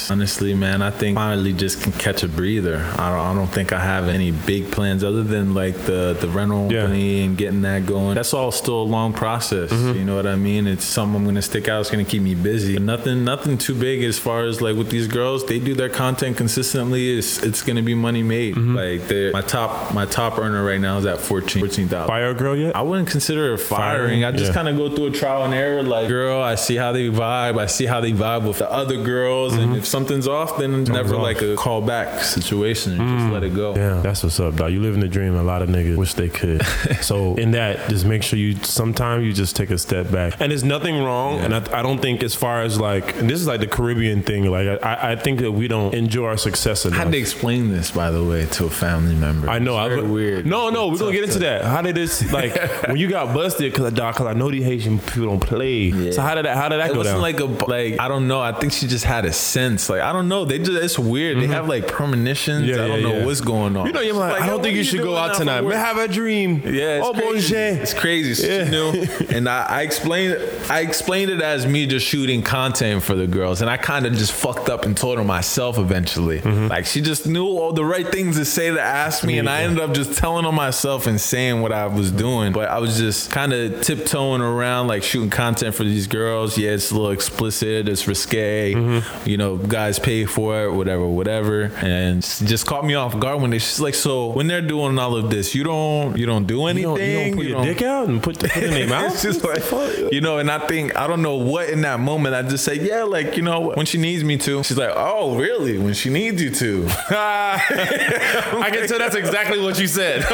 [SPEAKER 2] Honestly, man, I think finally just can catch a breather. I don't, I don't think I have any big plans other than like the the rental
[SPEAKER 1] Yeah.
[SPEAKER 2] company and getting that going. That's all still a long process.
[SPEAKER 1] Mm-hmm.
[SPEAKER 2] You know what I mean? It's something I'm gonna stick out. It's gonna keep me busy. Nothing, nothing too big as far as like with these girls. They do their content consistently. It's it's gonna be money made.
[SPEAKER 1] Mm-hmm.
[SPEAKER 2] Like they're- my top my top earner right now is at 14 14,000.
[SPEAKER 1] Fire girl yet?
[SPEAKER 2] I wouldn't consider it firing. I just
[SPEAKER 1] Yeah.
[SPEAKER 2] kind of go through a trial and error. Like, girl, I see how they vibe. I see how they vibe with the other girls. And if something's off, then it's never
[SPEAKER 1] Mm-hmm. off. Mm.
[SPEAKER 2] like a call back situation. Just let it go.
[SPEAKER 1] Damn, that's what's up, dog. You live in the dream. A lot of niggas wish they could. so in that, just make sure you. Sometimes you just take a step back, and there's nothing wrong. And I, I don't think as far as like, and this is like the Caribbean thing. Like I, I think that we don't enjoy our success enough.
[SPEAKER 2] I had to explain this, by the way, to a family member.
[SPEAKER 1] I know.
[SPEAKER 2] It's
[SPEAKER 1] I
[SPEAKER 2] very
[SPEAKER 1] was
[SPEAKER 2] weird.
[SPEAKER 1] No, no, we're gonna get into that. How did this like when you got busted? Because I, cause I know these Haitian people don't play. So how did that? How did that
[SPEAKER 2] It
[SPEAKER 1] go
[SPEAKER 2] wasn't
[SPEAKER 1] down?
[SPEAKER 2] like a like I don't know. I think she just had a sense. Like I don't know. They just it's weird. They have like premonitions.
[SPEAKER 1] Mm-hmm. Yeah,
[SPEAKER 2] I don't
[SPEAKER 1] yeah,
[SPEAKER 2] know
[SPEAKER 1] yeah.
[SPEAKER 2] what's going on.
[SPEAKER 1] you know, you're
[SPEAKER 2] She's
[SPEAKER 1] like, I
[SPEAKER 2] "Yo,
[SPEAKER 1] don't
[SPEAKER 2] what
[SPEAKER 1] think
[SPEAKER 2] are
[SPEAKER 1] you should go
[SPEAKER 2] doing
[SPEAKER 1] out
[SPEAKER 2] for
[SPEAKER 1] tonight.
[SPEAKER 2] work?"
[SPEAKER 1] Man, have a dream.
[SPEAKER 2] Yeah, it's
[SPEAKER 1] oh,
[SPEAKER 2] crazy.
[SPEAKER 1] bonjour.
[SPEAKER 2] It's crazy. So
[SPEAKER 1] Yeah.
[SPEAKER 2] She knew, and I, I explained I explained it as me just shooting content for the girls, and I kind of just fucked up and told her myself eventually.
[SPEAKER 1] Mm-hmm.
[SPEAKER 2] Like she just knew all the right things to say to ask me, and I ended up just telling her myself and saying what I was doing. But I was just kind of tiptoeing around, like shooting content for these girls. Yeah, it's a little explicit. It's risque.
[SPEAKER 1] Mm-hmm.
[SPEAKER 2] You know, guys pay for it, whatever, whatever. And she just caught me off guard when they. She's like, so when they're doing all of this, you don't you don't do anything.
[SPEAKER 1] You don't, you don't
[SPEAKER 2] Thing,
[SPEAKER 1] put
[SPEAKER 2] you
[SPEAKER 1] your
[SPEAKER 2] know.
[SPEAKER 1] dick out and put, put it in their mouth.
[SPEAKER 2] It's just like, you know, and I think I don't know what in that moment I just say, yeah, like you know, when she needs me to, she's like, oh, really? When she needs you to?
[SPEAKER 1] I can tell that's exactly what you said.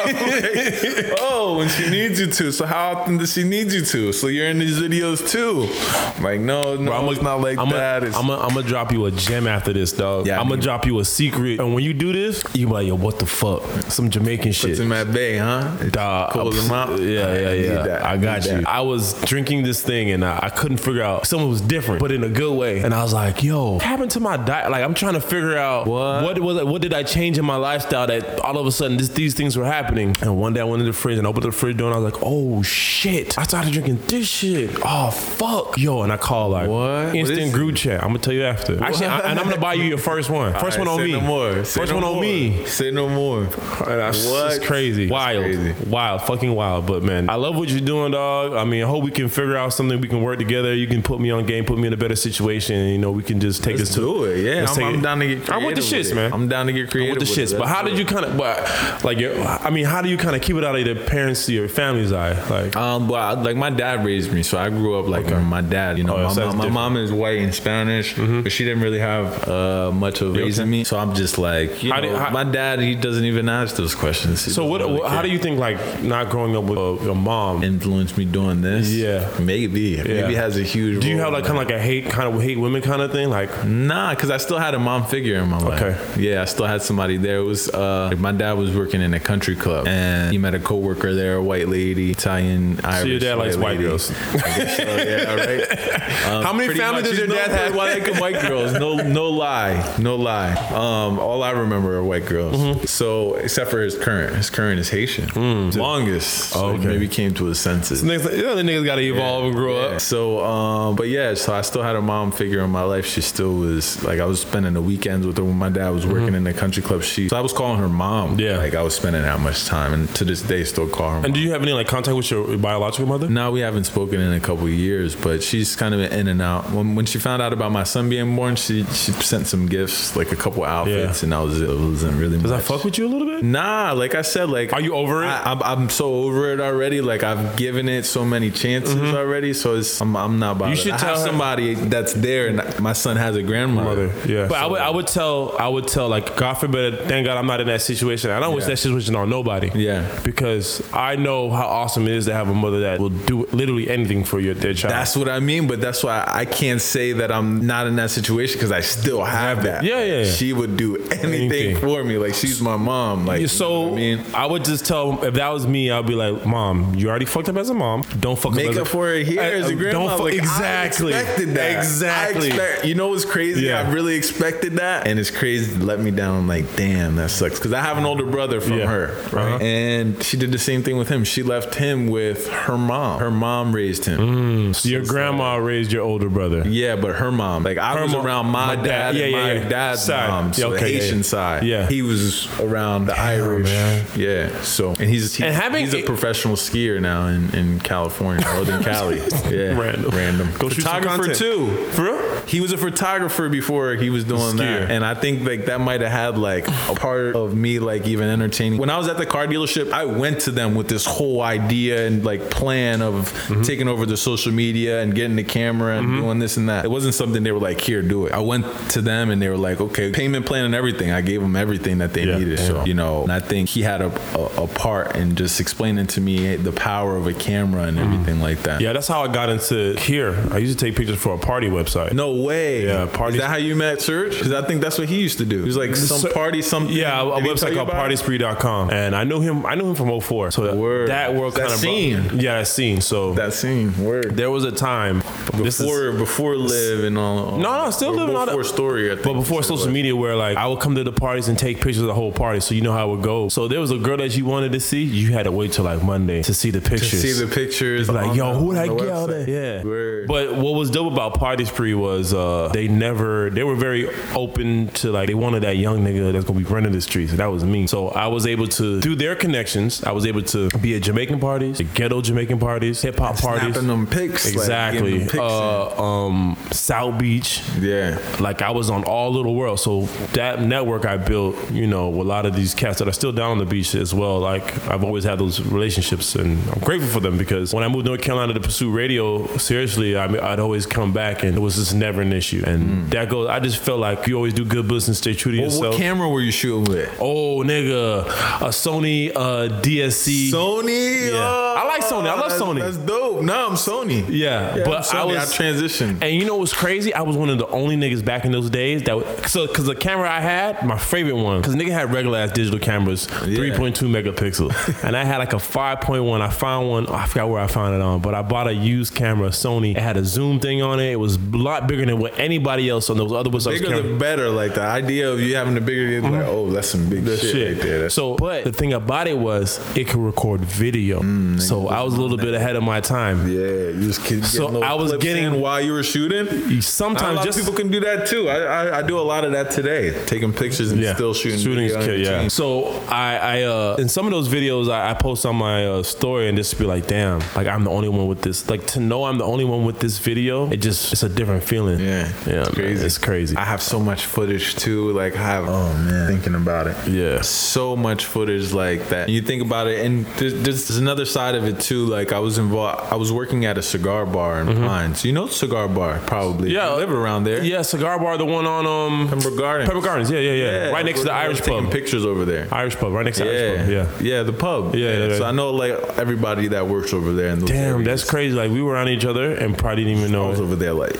[SPEAKER 2] oh, when she needs you to. So how often does she need you to? So you're in these videos too? I'm like, no, no,
[SPEAKER 1] Bro, I'ma-
[SPEAKER 2] it's not like
[SPEAKER 1] I'ma-
[SPEAKER 2] that. It's,
[SPEAKER 1] I'ma- I'ma drop you a gem after this, dog.
[SPEAKER 2] Yeah, I
[SPEAKER 1] I'm gonna
[SPEAKER 2] mean-
[SPEAKER 1] drop you a secret, and when you do this, you be like, yo, what the fuck? Some Jamaican shit.
[SPEAKER 2] it's in that bay, huh?
[SPEAKER 1] Dog,
[SPEAKER 2] Close
[SPEAKER 1] I'm-
[SPEAKER 2] them out.
[SPEAKER 1] Yeah, yeah,
[SPEAKER 2] I need
[SPEAKER 1] yeah.
[SPEAKER 2] that.
[SPEAKER 1] I,
[SPEAKER 2] I
[SPEAKER 1] got
[SPEAKER 2] need
[SPEAKER 1] you.
[SPEAKER 2] that.
[SPEAKER 1] I was drinking this thing and I, I couldn't figure out. Someone was different, but in a good way. And I was like, "Yo, what happened to my diet? Like, I'm trying to figure out what
[SPEAKER 2] What?
[SPEAKER 1] was I, what did I change in my lifestyle that all of a sudden this, these things were happening." And one day I went in the fridge and I opened the fridge door and I was like, "Oh shit! I started drinking this shit. Oh fuck, yo!" And I called like
[SPEAKER 2] What? What
[SPEAKER 1] instant
[SPEAKER 2] is
[SPEAKER 4] Groot.
[SPEAKER 1] Group chat. I'm gonna tell you after. Actually, I, and I'm gonna buy you your first one. First
[SPEAKER 2] All
[SPEAKER 1] one on
[SPEAKER 2] right, say
[SPEAKER 1] me.
[SPEAKER 2] No more. Say
[SPEAKER 1] First
[SPEAKER 2] no
[SPEAKER 1] one on
[SPEAKER 2] more.
[SPEAKER 1] me.
[SPEAKER 2] Say no more.
[SPEAKER 1] What? It's Oh, crazy. Wild.
[SPEAKER 2] crazy.
[SPEAKER 1] Wild. Fucking wild. But man, I love what you're doing, dog. I mean, I hope we can figure out something we can work together. You can put me on game, put me in a better situation, and you know, we can just take
[SPEAKER 2] Let's
[SPEAKER 1] us to
[SPEAKER 2] do it. Yeah,
[SPEAKER 1] let's
[SPEAKER 2] I'm,
[SPEAKER 1] take
[SPEAKER 2] I'm
[SPEAKER 1] it.
[SPEAKER 2] down to get.
[SPEAKER 1] I want the
[SPEAKER 2] creative
[SPEAKER 1] shits,
[SPEAKER 2] with it.
[SPEAKER 1] man.
[SPEAKER 2] I'm down to get creative
[SPEAKER 1] with the
[SPEAKER 2] it.
[SPEAKER 1] shits. But
[SPEAKER 2] Let's
[SPEAKER 1] how
[SPEAKER 2] do
[SPEAKER 1] did you kind of, but like, your- I mean, how do you kind of keep it out of your parents' your family's eye? Like,
[SPEAKER 2] Um, but I, like my dad raised me, so I grew up like my dad. You know,
[SPEAKER 1] Oh,
[SPEAKER 2] my,
[SPEAKER 1] so that's
[SPEAKER 2] mom- my
[SPEAKER 1] different. Mm-hmm.
[SPEAKER 2] mom is white and Spanish, but she didn't really have uh, much of raising me. So I'm just like, you
[SPEAKER 1] How
[SPEAKER 2] know,
[SPEAKER 1] did- how-
[SPEAKER 2] my dad. He doesn't even ask those questions. He
[SPEAKER 1] so what?
[SPEAKER 2] doesn't really
[SPEAKER 1] how do
[SPEAKER 2] care.
[SPEAKER 1] you think like not growing up with uh, your mom?
[SPEAKER 2] influence me doing this?
[SPEAKER 1] Yeah.
[SPEAKER 2] maybe. Maybe has a huge.
[SPEAKER 1] do you
[SPEAKER 2] role
[SPEAKER 1] have like
[SPEAKER 2] in
[SPEAKER 1] kind of like a hate kind of hate women kind of thing? Like,
[SPEAKER 2] Nah, because I still had a mom figure in my life.
[SPEAKER 1] Okay.
[SPEAKER 2] Yeah, I still had somebody there. It was uh, like, my dad was working in a country club, and he met a coworker there, a white lady, Italian, Irish.
[SPEAKER 1] your dad likes white
[SPEAKER 2] lady.
[SPEAKER 1] girls.
[SPEAKER 2] I guess so, yeah, all right. Um,
[SPEAKER 1] How many
[SPEAKER 2] pretty
[SPEAKER 1] families
[SPEAKER 2] much,
[SPEAKER 1] does
[SPEAKER 2] you
[SPEAKER 1] your
[SPEAKER 2] know,
[SPEAKER 1] dad have?
[SPEAKER 2] White, like white girls. No, no lie, no lie. Um, all I remember are white girls.
[SPEAKER 1] Mm-hmm.
[SPEAKER 2] So except for his current, his current is Haitian. Longest. So
[SPEAKER 1] Mm. Oh, Okay.
[SPEAKER 2] Maybe came to his senses.
[SPEAKER 1] niggas, you know, the niggas gotta evolve and grow
[SPEAKER 2] Yeah. So, um, but yeah, so I still had a mom figure in my life. She still was like, I was spending the weekends with her when my dad was working in the country club. She, so I was calling her mom.
[SPEAKER 1] Mm-hmm. Yeah.
[SPEAKER 2] like I was spending that much time, and to this day, still call her. Mom.
[SPEAKER 1] And do you have any like contact with your biological mother?
[SPEAKER 2] Now we haven't spoken in a couple of years, but she's kind of in and out. When, when she found out about my son being born, she she sent some gifts, like a couple outfits,
[SPEAKER 1] Yeah.
[SPEAKER 2] and that was it. It wasn't really.
[SPEAKER 1] Does that fuck with you a little bit?
[SPEAKER 2] Nah, like I said, like
[SPEAKER 1] Are you over it?
[SPEAKER 2] I, I'm, I'm so over it already. Like I've given it so many chances already, so it's I'm, I'm not bothered.
[SPEAKER 1] Mm-hmm. should
[SPEAKER 2] I
[SPEAKER 1] tell
[SPEAKER 2] have
[SPEAKER 1] her-
[SPEAKER 2] somebody that's there, and my son has a grandmother.
[SPEAKER 1] Mother, yeah. But I would, I would tell, I would tell, like, God forbid, thank God I'm not in that situation. I don't wish
[SPEAKER 2] Yeah.
[SPEAKER 1] that situation on nobody.
[SPEAKER 2] Yeah.
[SPEAKER 1] Because I know how awesome it is to have a mother that will do literally anything for your their child.
[SPEAKER 2] That's what I mean, but that's why I can't say that I'm not in that situation because I still have that.
[SPEAKER 1] Yeah, yeah, yeah.
[SPEAKER 2] She would do anything,
[SPEAKER 1] Anything.
[SPEAKER 2] for me. Like she's my mom. Like
[SPEAKER 1] Yeah,
[SPEAKER 2] you know
[SPEAKER 1] so
[SPEAKER 2] what I mean,
[SPEAKER 1] I would just tell if that was me, I'd be like, "Mom, you already fucked up as a mom. Don't fuck up
[SPEAKER 2] make
[SPEAKER 1] as
[SPEAKER 2] up
[SPEAKER 1] a,
[SPEAKER 2] for it here
[SPEAKER 1] I-
[SPEAKER 2] as
[SPEAKER 1] I-
[SPEAKER 2] a grandma.
[SPEAKER 1] Don't fuck,
[SPEAKER 2] Like, I
[SPEAKER 1] exactly.
[SPEAKER 2] expected that.
[SPEAKER 1] Exactly.
[SPEAKER 2] I expect- you know what's crazy?
[SPEAKER 1] Yeah.
[SPEAKER 2] I really expected that, and it's crazy. It let me down. I'm like, damn, that sucks. Because I have an older brother from
[SPEAKER 1] Yeah.
[SPEAKER 2] her, right?
[SPEAKER 1] Uh-huh.
[SPEAKER 2] And she did the same thing with him. She left him with her mom. Her mom raised him.
[SPEAKER 1] Mm-hmm. your grandma raised your older brother.
[SPEAKER 2] Yeah, but her mom, like I
[SPEAKER 1] Her
[SPEAKER 2] was
[SPEAKER 1] mom-
[SPEAKER 2] around
[SPEAKER 1] my
[SPEAKER 2] my, dad,
[SPEAKER 1] dad. Yeah,
[SPEAKER 2] and
[SPEAKER 1] yeah,
[SPEAKER 2] my
[SPEAKER 1] yeah.
[SPEAKER 2] dad's
[SPEAKER 1] Side.
[SPEAKER 2] mom, so
[SPEAKER 1] Yeah,
[SPEAKER 2] the
[SPEAKER 1] okay, yeah,
[SPEAKER 2] Haitian
[SPEAKER 1] yeah.
[SPEAKER 2] side.
[SPEAKER 1] Yeah.
[SPEAKER 2] he was around the Irish.
[SPEAKER 1] man.
[SPEAKER 2] Yeah, so and he's he,
[SPEAKER 1] And having-
[SPEAKER 2] he's a professional skier now in, in California, Northern Cali. Yeah,
[SPEAKER 1] Random.
[SPEAKER 2] random.
[SPEAKER 1] Go shoot some
[SPEAKER 2] photographer
[SPEAKER 1] content.
[SPEAKER 2] too.
[SPEAKER 1] For real?
[SPEAKER 2] He was a photographer before he was doing
[SPEAKER 1] Skier.
[SPEAKER 2] that, and I think like that might have had like a part of me like even entertaining. When I was at the car dealership, I went to them with this whole idea and like plan of
[SPEAKER 1] Mm-hmm.
[SPEAKER 2] taking over the social media and getting the camera and doing this and that. It wasn't something they were like, "Here, do it." I went to them and they were like, "Okay, payment plan and everything." I gave them everything that they
[SPEAKER 1] Yeah.
[SPEAKER 2] needed. So you know, and I think he had a, a, a part in just explaining to me the power of a camera and
[SPEAKER 1] Mm-hmm.
[SPEAKER 2] everything like that.
[SPEAKER 1] Yeah, that's how I got into here. I used to take pictures for a party website.
[SPEAKER 2] No way.
[SPEAKER 1] Yeah, parties-
[SPEAKER 2] Is that how you met Serge? Because I think that's what he used to do. He was like some
[SPEAKER 1] So-
[SPEAKER 2] party, something.
[SPEAKER 1] Yeah, a, a
[SPEAKER 2] Did he tell
[SPEAKER 1] website
[SPEAKER 2] you
[SPEAKER 1] called
[SPEAKER 2] about it?
[SPEAKER 1] partyspree.com. And I knew him I knew him from 04. So that,
[SPEAKER 2] Word.
[SPEAKER 1] that world
[SPEAKER 2] That
[SPEAKER 1] kind of
[SPEAKER 2] scene.
[SPEAKER 1] Yeah, that scene. So
[SPEAKER 2] That scene. Word.
[SPEAKER 1] there was a time before
[SPEAKER 2] before, before live and all.
[SPEAKER 1] No, no, still
[SPEAKER 2] or
[SPEAKER 1] Liv and all that-
[SPEAKER 2] Before story, I think.
[SPEAKER 1] But before social media, where like I would come to the parties and take pictures of the whole party, so you know how it would go. So there was a girl that you wanted to see, you had to wait till like Monday to see the
[SPEAKER 2] To
[SPEAKER 1] pictures.
[SPEAKER 2] see the pictures.
[SPEAKER 1] like,
[SPEAKER 2] on
[SPEAKER 1] yo,
[SPEAKER 2] the-
[SPEAKER 1] who would
[SPEAKER 2] on
[SPEAKER 1] I
[SPEAKER 2] the
[SPEAKER 1] get out
[SPEAKER 2] website.
[SPEAKER 1] of? Yeah.
[SPEAKER 2] Word.
[SPEAKER 1] But what was dope about Party Spree was uh, they never, they were very open to like, they wanted that young nigga that's gonna be running the streets. And that was me. So I was able to, through their connections, I was able to be at Jamaican parties, ghetto Jamaican parties, hip hop parties.
[SPEAKER 2] Snapping them pics. like, getting
[SPEAKER 1] Exactly.
[SPEAKER 2] them pics
[SPEAKER 1] uh, um, South Beach,
[SPEAKER 2] in. yeah.
[SPEAKER 1] like I was on all over the world. So that network I built, you know, with a lot of these cats that are still down on the beach as well. Like I've always had those relationships, and I'm grateful for them because when I moved to North Carolina to pursue radio, seriously, I mean, I'd always come back, and it was just never an issue. And that goes. I just felt like you always do good business, stay true to
[SPEAKER 2] Mm. Well,
[SPEAKER 1] yourself.
[SPEAKER 2] what camera were you shooting with?
[SPEAKER 1] oh, nigga, a Sony uh, DSC.
[SPEAKER 2] Sony. Ah,
[SPEAKER 1] Yeah. I like Sony. I love
[SPEAKER 2] that's-
[SPEAKER 1] Sony.
[SPEAKER 2] That's dope. No, I'm Sony.
[SPEAKER 1] Yeah, but
[SPEAKER 2] I'm Sony.
[SPEAKER 1] I was-
[SPEAKER 2] transitioned.
[SPEAKER 1] And you know what's crazy? I was one of the only niggas back in those days that would- so because the camera I had, my favorite one, because nigga had regular ass digital cameras, three point two megapixel, and I had like a five point one. I found one, oh, I forgot where I found it on, but I bought a used camera, Sony. It had a zoom thing on it. It was a lot bigger than what anybody else on those other websites.
[SPEAKER 2] Bigger
[SPEAKER 1] camera-
[SPEAKER 2] the better. Like the idea of you having the bigger, like, oh, that's some big
[SPEAKER 1] the
[SPEAKER 2] shit,
[SPEAKER 1] shit.
[SPEAKER 2] right there. That's
[SPEAKER 1] so, but the thing about it was it could record video. so I was a little bit ahead of my time.
[SPEAKER 2] Mm, Yeah, you was kid- getting
[SPEAKER 1] So
[SPEAKER 2] little
[SPEAKER 1] I was
[SPEAKER 2] clips
[SPEAKER 1] getting-
[SPEAKER 2] in while you were shooting.
[SPEAKER 1] shooting.
[SPEAKER 2] A
[SPEAKER 1] Sometimes
[SPEAKER 2] lot
[SPEAKER 1] just
[SPEAKER 2] of people can do that too. I, I, I do a lot of that today, taking pictures and still shooting.
[SPEAKER 1] Shooting's
[SPEAKER 2] video in
[SPEAKER 1] kill, yeah.
[SPEAKER 2] between.
[SPEAKER 1] So I, I uh, in some of those videos, I, I post on my uh, story and just be like, damn, like I'm the only one with this. Like to know I'm the only one with this video, it just it's a different feeling.
[SPEAKER 2] Yeah,
[SPEAKER 1] yeah,
[SPEAKER 2] it's
[SPEAKER 1] man,
[SPEAKER 2] crazy.
[SPEAKER 1] it's crazy.
[SPEAKER 2] I have so much footage too. Like I have oh, man. thinking about it.
[SPEAKER 1] yeah,
[SPEAKER 2] So much footage like that. You think about it, and there's, there's there's another side of it too. Like I was involved. I was working at a cigar bar in Pines. You know cigar bar, probably.
[SPEAKER 1] Mm-hmm. Yeah.
[SPEAKER 2] You live around there.
[SPEAKER 1] yeah. Cigar bar, the one on um
[SPEAKER 2] Pembroke Gardens.
[SPEAKER 1] Pepper Gardens. Yeah, yeah, yeah. right next to the
[SPEAKER 2] we're- we're
[SPEAKER 1] Irish
[SPEAKER 2] taking
[SPEAKER 1] pub.
[SPEAKER 2] Pictures over there.
[SPEAKER 1] Irish pub, right next to Irish
[SPEAKER 2] Yeah,
[SPEAKER 1] pub. Yeah.
[SPEAKER 2] yeah, the pub.
[SPEAKER 1] Yeah, yeah,
[SPEAKER 2] So
[SPEAKER 1] yeah.
[SPEAKER 2] I know like everybody that works over there. And
[SPEAKER 1] Damn, that's crazy. Like we were on each other and probably didn't even
[SPEAKER 2] I
[SPEAKER 1] know.
[SPEAKER 2] was
[SPEAKER 1] it.
[SPEAKER 2] over there like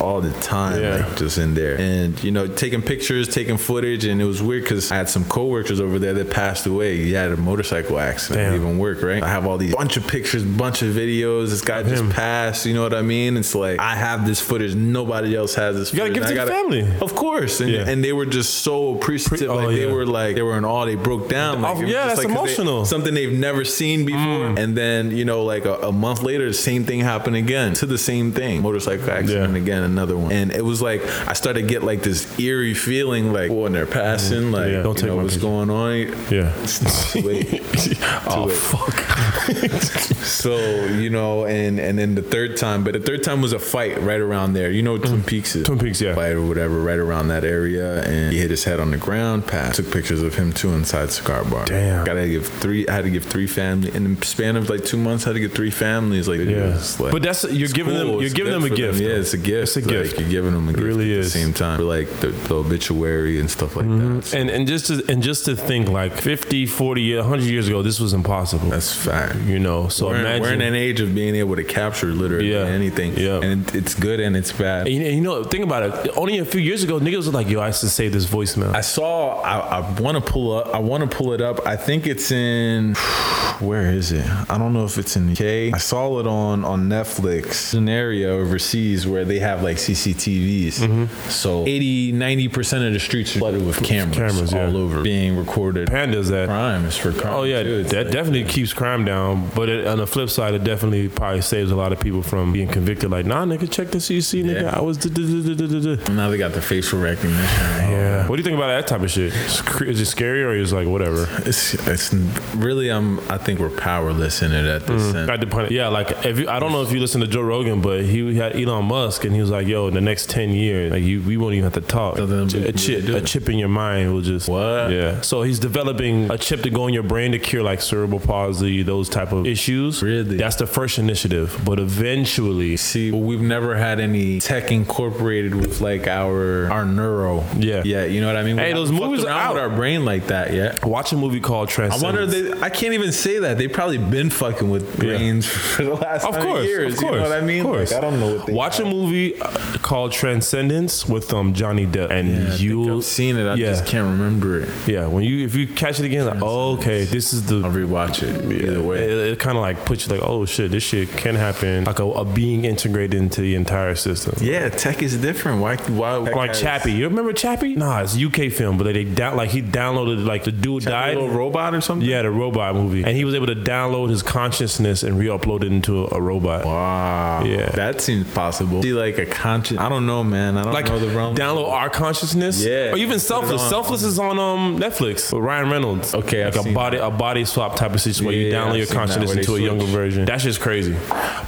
[SPEAKER 2] all the time,
[SPEAKER 1] Yeah.
[SPEAKER 2] like just in there, and you know, taking pictures, taking footage, and it was weird because I had some coworkers over there that passed away. He had a motorcycle accident.
[SPEAKER 1] Damn.
[SPEAKER 2] Didn't even work, right? I have all these bunch of pictures, bunch of videos. This guy just passed. You know what I mean? It's like I have this footage. Nobody else has this. You
[SPEAKER 1] gotta give it to the family.
[SPEAKER 2] of course. And,
[SPEAKER 1] Yeah.
[SPEAKER 2] and they were just so appreciative.
[SPEAKER 1] Pre- oh,
[SPEAKER 2] like they
[SPEAKER 1] yeah.
[SPEAKER 2] were like they were in awe. They broke down. Like,
[SPEAKER 1] Oh,
[SPEAKER 2] it was
[SPEAKER 1] yeah,
[SPEAKER 2] just,
[SPEAKER 1] that's
[SPEAKER 2] like, 'cause they-
[SPEAKER 1] emotional.
[SPEAKER 2] something they've never seen before.
[SPEAKER 1] Mm.
[SPEAKER 2] And then, you know, like a, a month later, the same thing happened again to the same thing. Motorcycle accident
[SPEAKER 1] Yeah.
[SPEAKER 2] again, another one. And it was like, I started to get like this eerie feeling like when they're passing, like,
[SPEAKER 1] Mm. Yeah. Don't
[SPEAKER 2] you
[SPEAKER 1] take
[SPEAKER 2] know,
[SPEAKER 1] my
[SPEAKER 2] what's
[SPEAKER 1] picture.
[SPEAKER 2] going on.
[SPEAKER 1] Yeah.
[SPEAKER 2] Wait.
[SPEAKER 1] oh
[SPEAKER 2] it.
[SPEAKER 1] fuck.
[SPEAKER 2] So, you know, and and then the third time, but the third time was a fight right around there. You know, Twin Peaks is
[SPEAKER 1] Mm. Twin Peaks, yeah.
[SPEAKER 2] fight or whatever, right around that area, and he hit his head on the ground. Pat took pictures of him too inside cigar bar.
[SPEAKER 1] Damn.
[SPEAKER 2] gotta give three. I had to give three family in the span of like two months. I had to give three families like
[SPEAKER 1] Yeah.
[SPEAKER 2] it's like-
[SPEAKER 1] But that's- you're
[SPEAKER 2] it's
[SPEAKER 1] giving them- you're
[SPEAKER 2] It's
[SPEAKER 1] giving
[SPEAKER 2] good
[SPEAKER 1] them a
[SPEAKER 2] for
[SPEAKER 1] gift,
[SPEAKER 2] Yeah,
[SPEAKER 1] though.
[SPEAKER 2] it's a
[SPEAKER 1] It's
[SPEAKER 2] gift.
[SPEAKER 1] a
[SPEAKER 2] Like,
[SPEAKER 1] gift.
[SPEAKER 2] you're giving them a gift.
[SPEAKER 1] really
[SPEAKER 2] at
[SPEAKER 1] is. Mm-hmm.
[SPEAKER 2] the same time, for like the, the obituary and stuff like that. So
[SPEAKER 1] and and just to, and just to think like 50, 40, 100 years ago this was impossible.
[SPEAKER 2] that's fact.
[SPEAKER 1] you know, so
[SPEAKER 2] We're,
[SPEAKER 1] imagine
[SPEAKER 2] we're in an age of being able to capture literally
[SPEAKER 1] Yeah.
[SPEAKER 2] anything,
[SPEAKER 1] Yeah.
[SPEAKER 2] and it, it's good and it's bad.
[SPEAKER 1] And you, and you know, think about it. Only a few years ago, niggas was like, "Yo, I used to save this voicemail."
[SPEAKER 2] I saw. I, I want to pull up. I want to pull it up. I think it's in. Where is it? I don't know if it's in the UK. I saw it on on Netflix. An area overseas where they have like CCTVs.
[SPEAKER 1] Mm-hmm.
[SPEAKER 2] So 80, 90 percent of the streets are flooded with cameras,
[SPEAKER 1] cameras, yeah.
[SPEAKER 2] all over, being recorded.
[SPEAKER 1] Pandas that.
[SPEAKER 2] Crime is for crime.
[SPEAKER 1] Oh yeah,
[SPEAKER 2] too. It's
[SPEAKER 1] that
[SPEAKER 2] like-
[SPEAKER 1] definitely keeps crime down. But it, on the flip side, it definitely probably saves a lot of people from being convicted. Like, nah, nigga, check the CC, nigga.
[SPEAKER 2] Yeah.
[SPEAKER 1] I was. da-da-da-da-da-da."
[SPEAKER 2] Now they got the facial recognition.
[SPEAKER 1] Yeah. What do you think about that type of shit? It's cr- Is it scary or is it like whatever?
[SPEAKER 2] It's, it's really. I'm. I think we're powerless in it at this sense.
[SPEAKER 1] Got the point. Yeah, like if you, I don't know if you listen to Joe Rogan, but he had Elon Musk, and he was like, "Yo, in the next ten years, like you, we won't even have to talk.
[SPEAKER 2] Nothing we
[SPEAKER 1] a
[SPEAKER 2] can
[SPEAKER 1] chip,
[SPEAKER 2] really do.
[SPEAKER 1] a chip in your mind will just
[SPEAKER 2] What?
[SPEAKER 1] Yeah. So he's developing a chip to go in your brain to cure like cerebral palsy, those type of issues.
[SPEAKER 2] Really?
[SPEAKER 1] That's the first initiative, but eventually,
[SPEAKER 2] See, we've never had any tech incorporated with like our our neuro.
[SPEAKER 1] Yeah.
[SPEAKER 2] yeah. You know what I mean? We
[SPEAKER 1] Hey,
[SPEAKER 2] haven't
[SPEAKER 1] those
[SPEAKER 2] fucked
[SPEAKER 1] movies are
[SPEAKER 2] around with
[SPEAKER 1] out.
[SPEAKER 2] our brain like that yet.
[SPEAKER 1] watch a movie called
[SPEAKER 2] I
[SPEAKER 1] Transcendence.
[SPEAKER 2] wonder. They, I can't even say that. They've probably been fucking with brains for the last
[SPEAKER 1] Of
[SPEAKER 2] 100
[SPEAKER 1] course,
[SPEAKER 2] years.
[SPEAKER 1] of course.
[SPEAKER 2] You know what I mean?
[SPEAKER 1] Of course.
[SPEAKER 2] Like, I don't know what they
[SPEAKER 1] Watch a movie uh, called Transcendence with um Johnny Depp, and you'll
[SPEAKER 2] I've seen it. I
[SPEAKER 1] yeah,
[SPEAKER 2] just can't remember it.
[SPEAKER 1] yeah. When you if you catch it again, like, oh, okay, this is the
[SPEAKER 2] I'll rewatch it. Either way.
[SPEAKER 1] It, it kind of like puts you like, oh shit, this shit can happen. Like a, a being integrated into the entire system.
[SPEAKER 2] yeah, tech is different. Why? Why?
[SPEAKER 1] Like Chappie, you remember Chappie? Nah, it's a UK film, but they, they down like he downloaded like the dude died.
[SPEAKER 2] little robot or something.
[SPEAKER 1] Yeah, the robot movie, and he was able to download his consciousness and re-upload it into a, a robot.
[SPEAKER 2] Wow.
[SPEAKER 1] Yeah.
[SPEAKER 2] That seems possible. See, like a conscious. I don't know, man. I don't
[SPEAKER 1] Like
[SPEAKER 2] know the realm.
[SPEAKER 1] download our consciousness,
[SPEAKER 2] Yeah.
[SPEAKER 1] or
[SPEAKER 2] Put
[SPEAKER 1] even
[SPEAKER 2] it
[SPEAKER 1] selfless.
[SPEAKER 2] on.
[SPEAKER 1] Selfless is on um Netflix with Ryan Reynolds.
[SPEAKER 2] Okay,
[SPEAKER 1] like
[SPEAKER 2] I've
[SPEAKER 1] a
[SPEAKER 2] seen
[SPEAKER 1] body a body swap type of situation where you
[SPEAKER 2] Yeah,
[SPEAKER 1] download
[SPEAKER 2] I've
[SPEAKER 1] your
[SPEAKER 2] seen that,
[SPEAKER 1] consciousness
[SPEAKER 2] where they
[SPEAKER 1] into a younger
[SPEAKER 2] switch.
[SPEAKER 1] version. That's just crazy.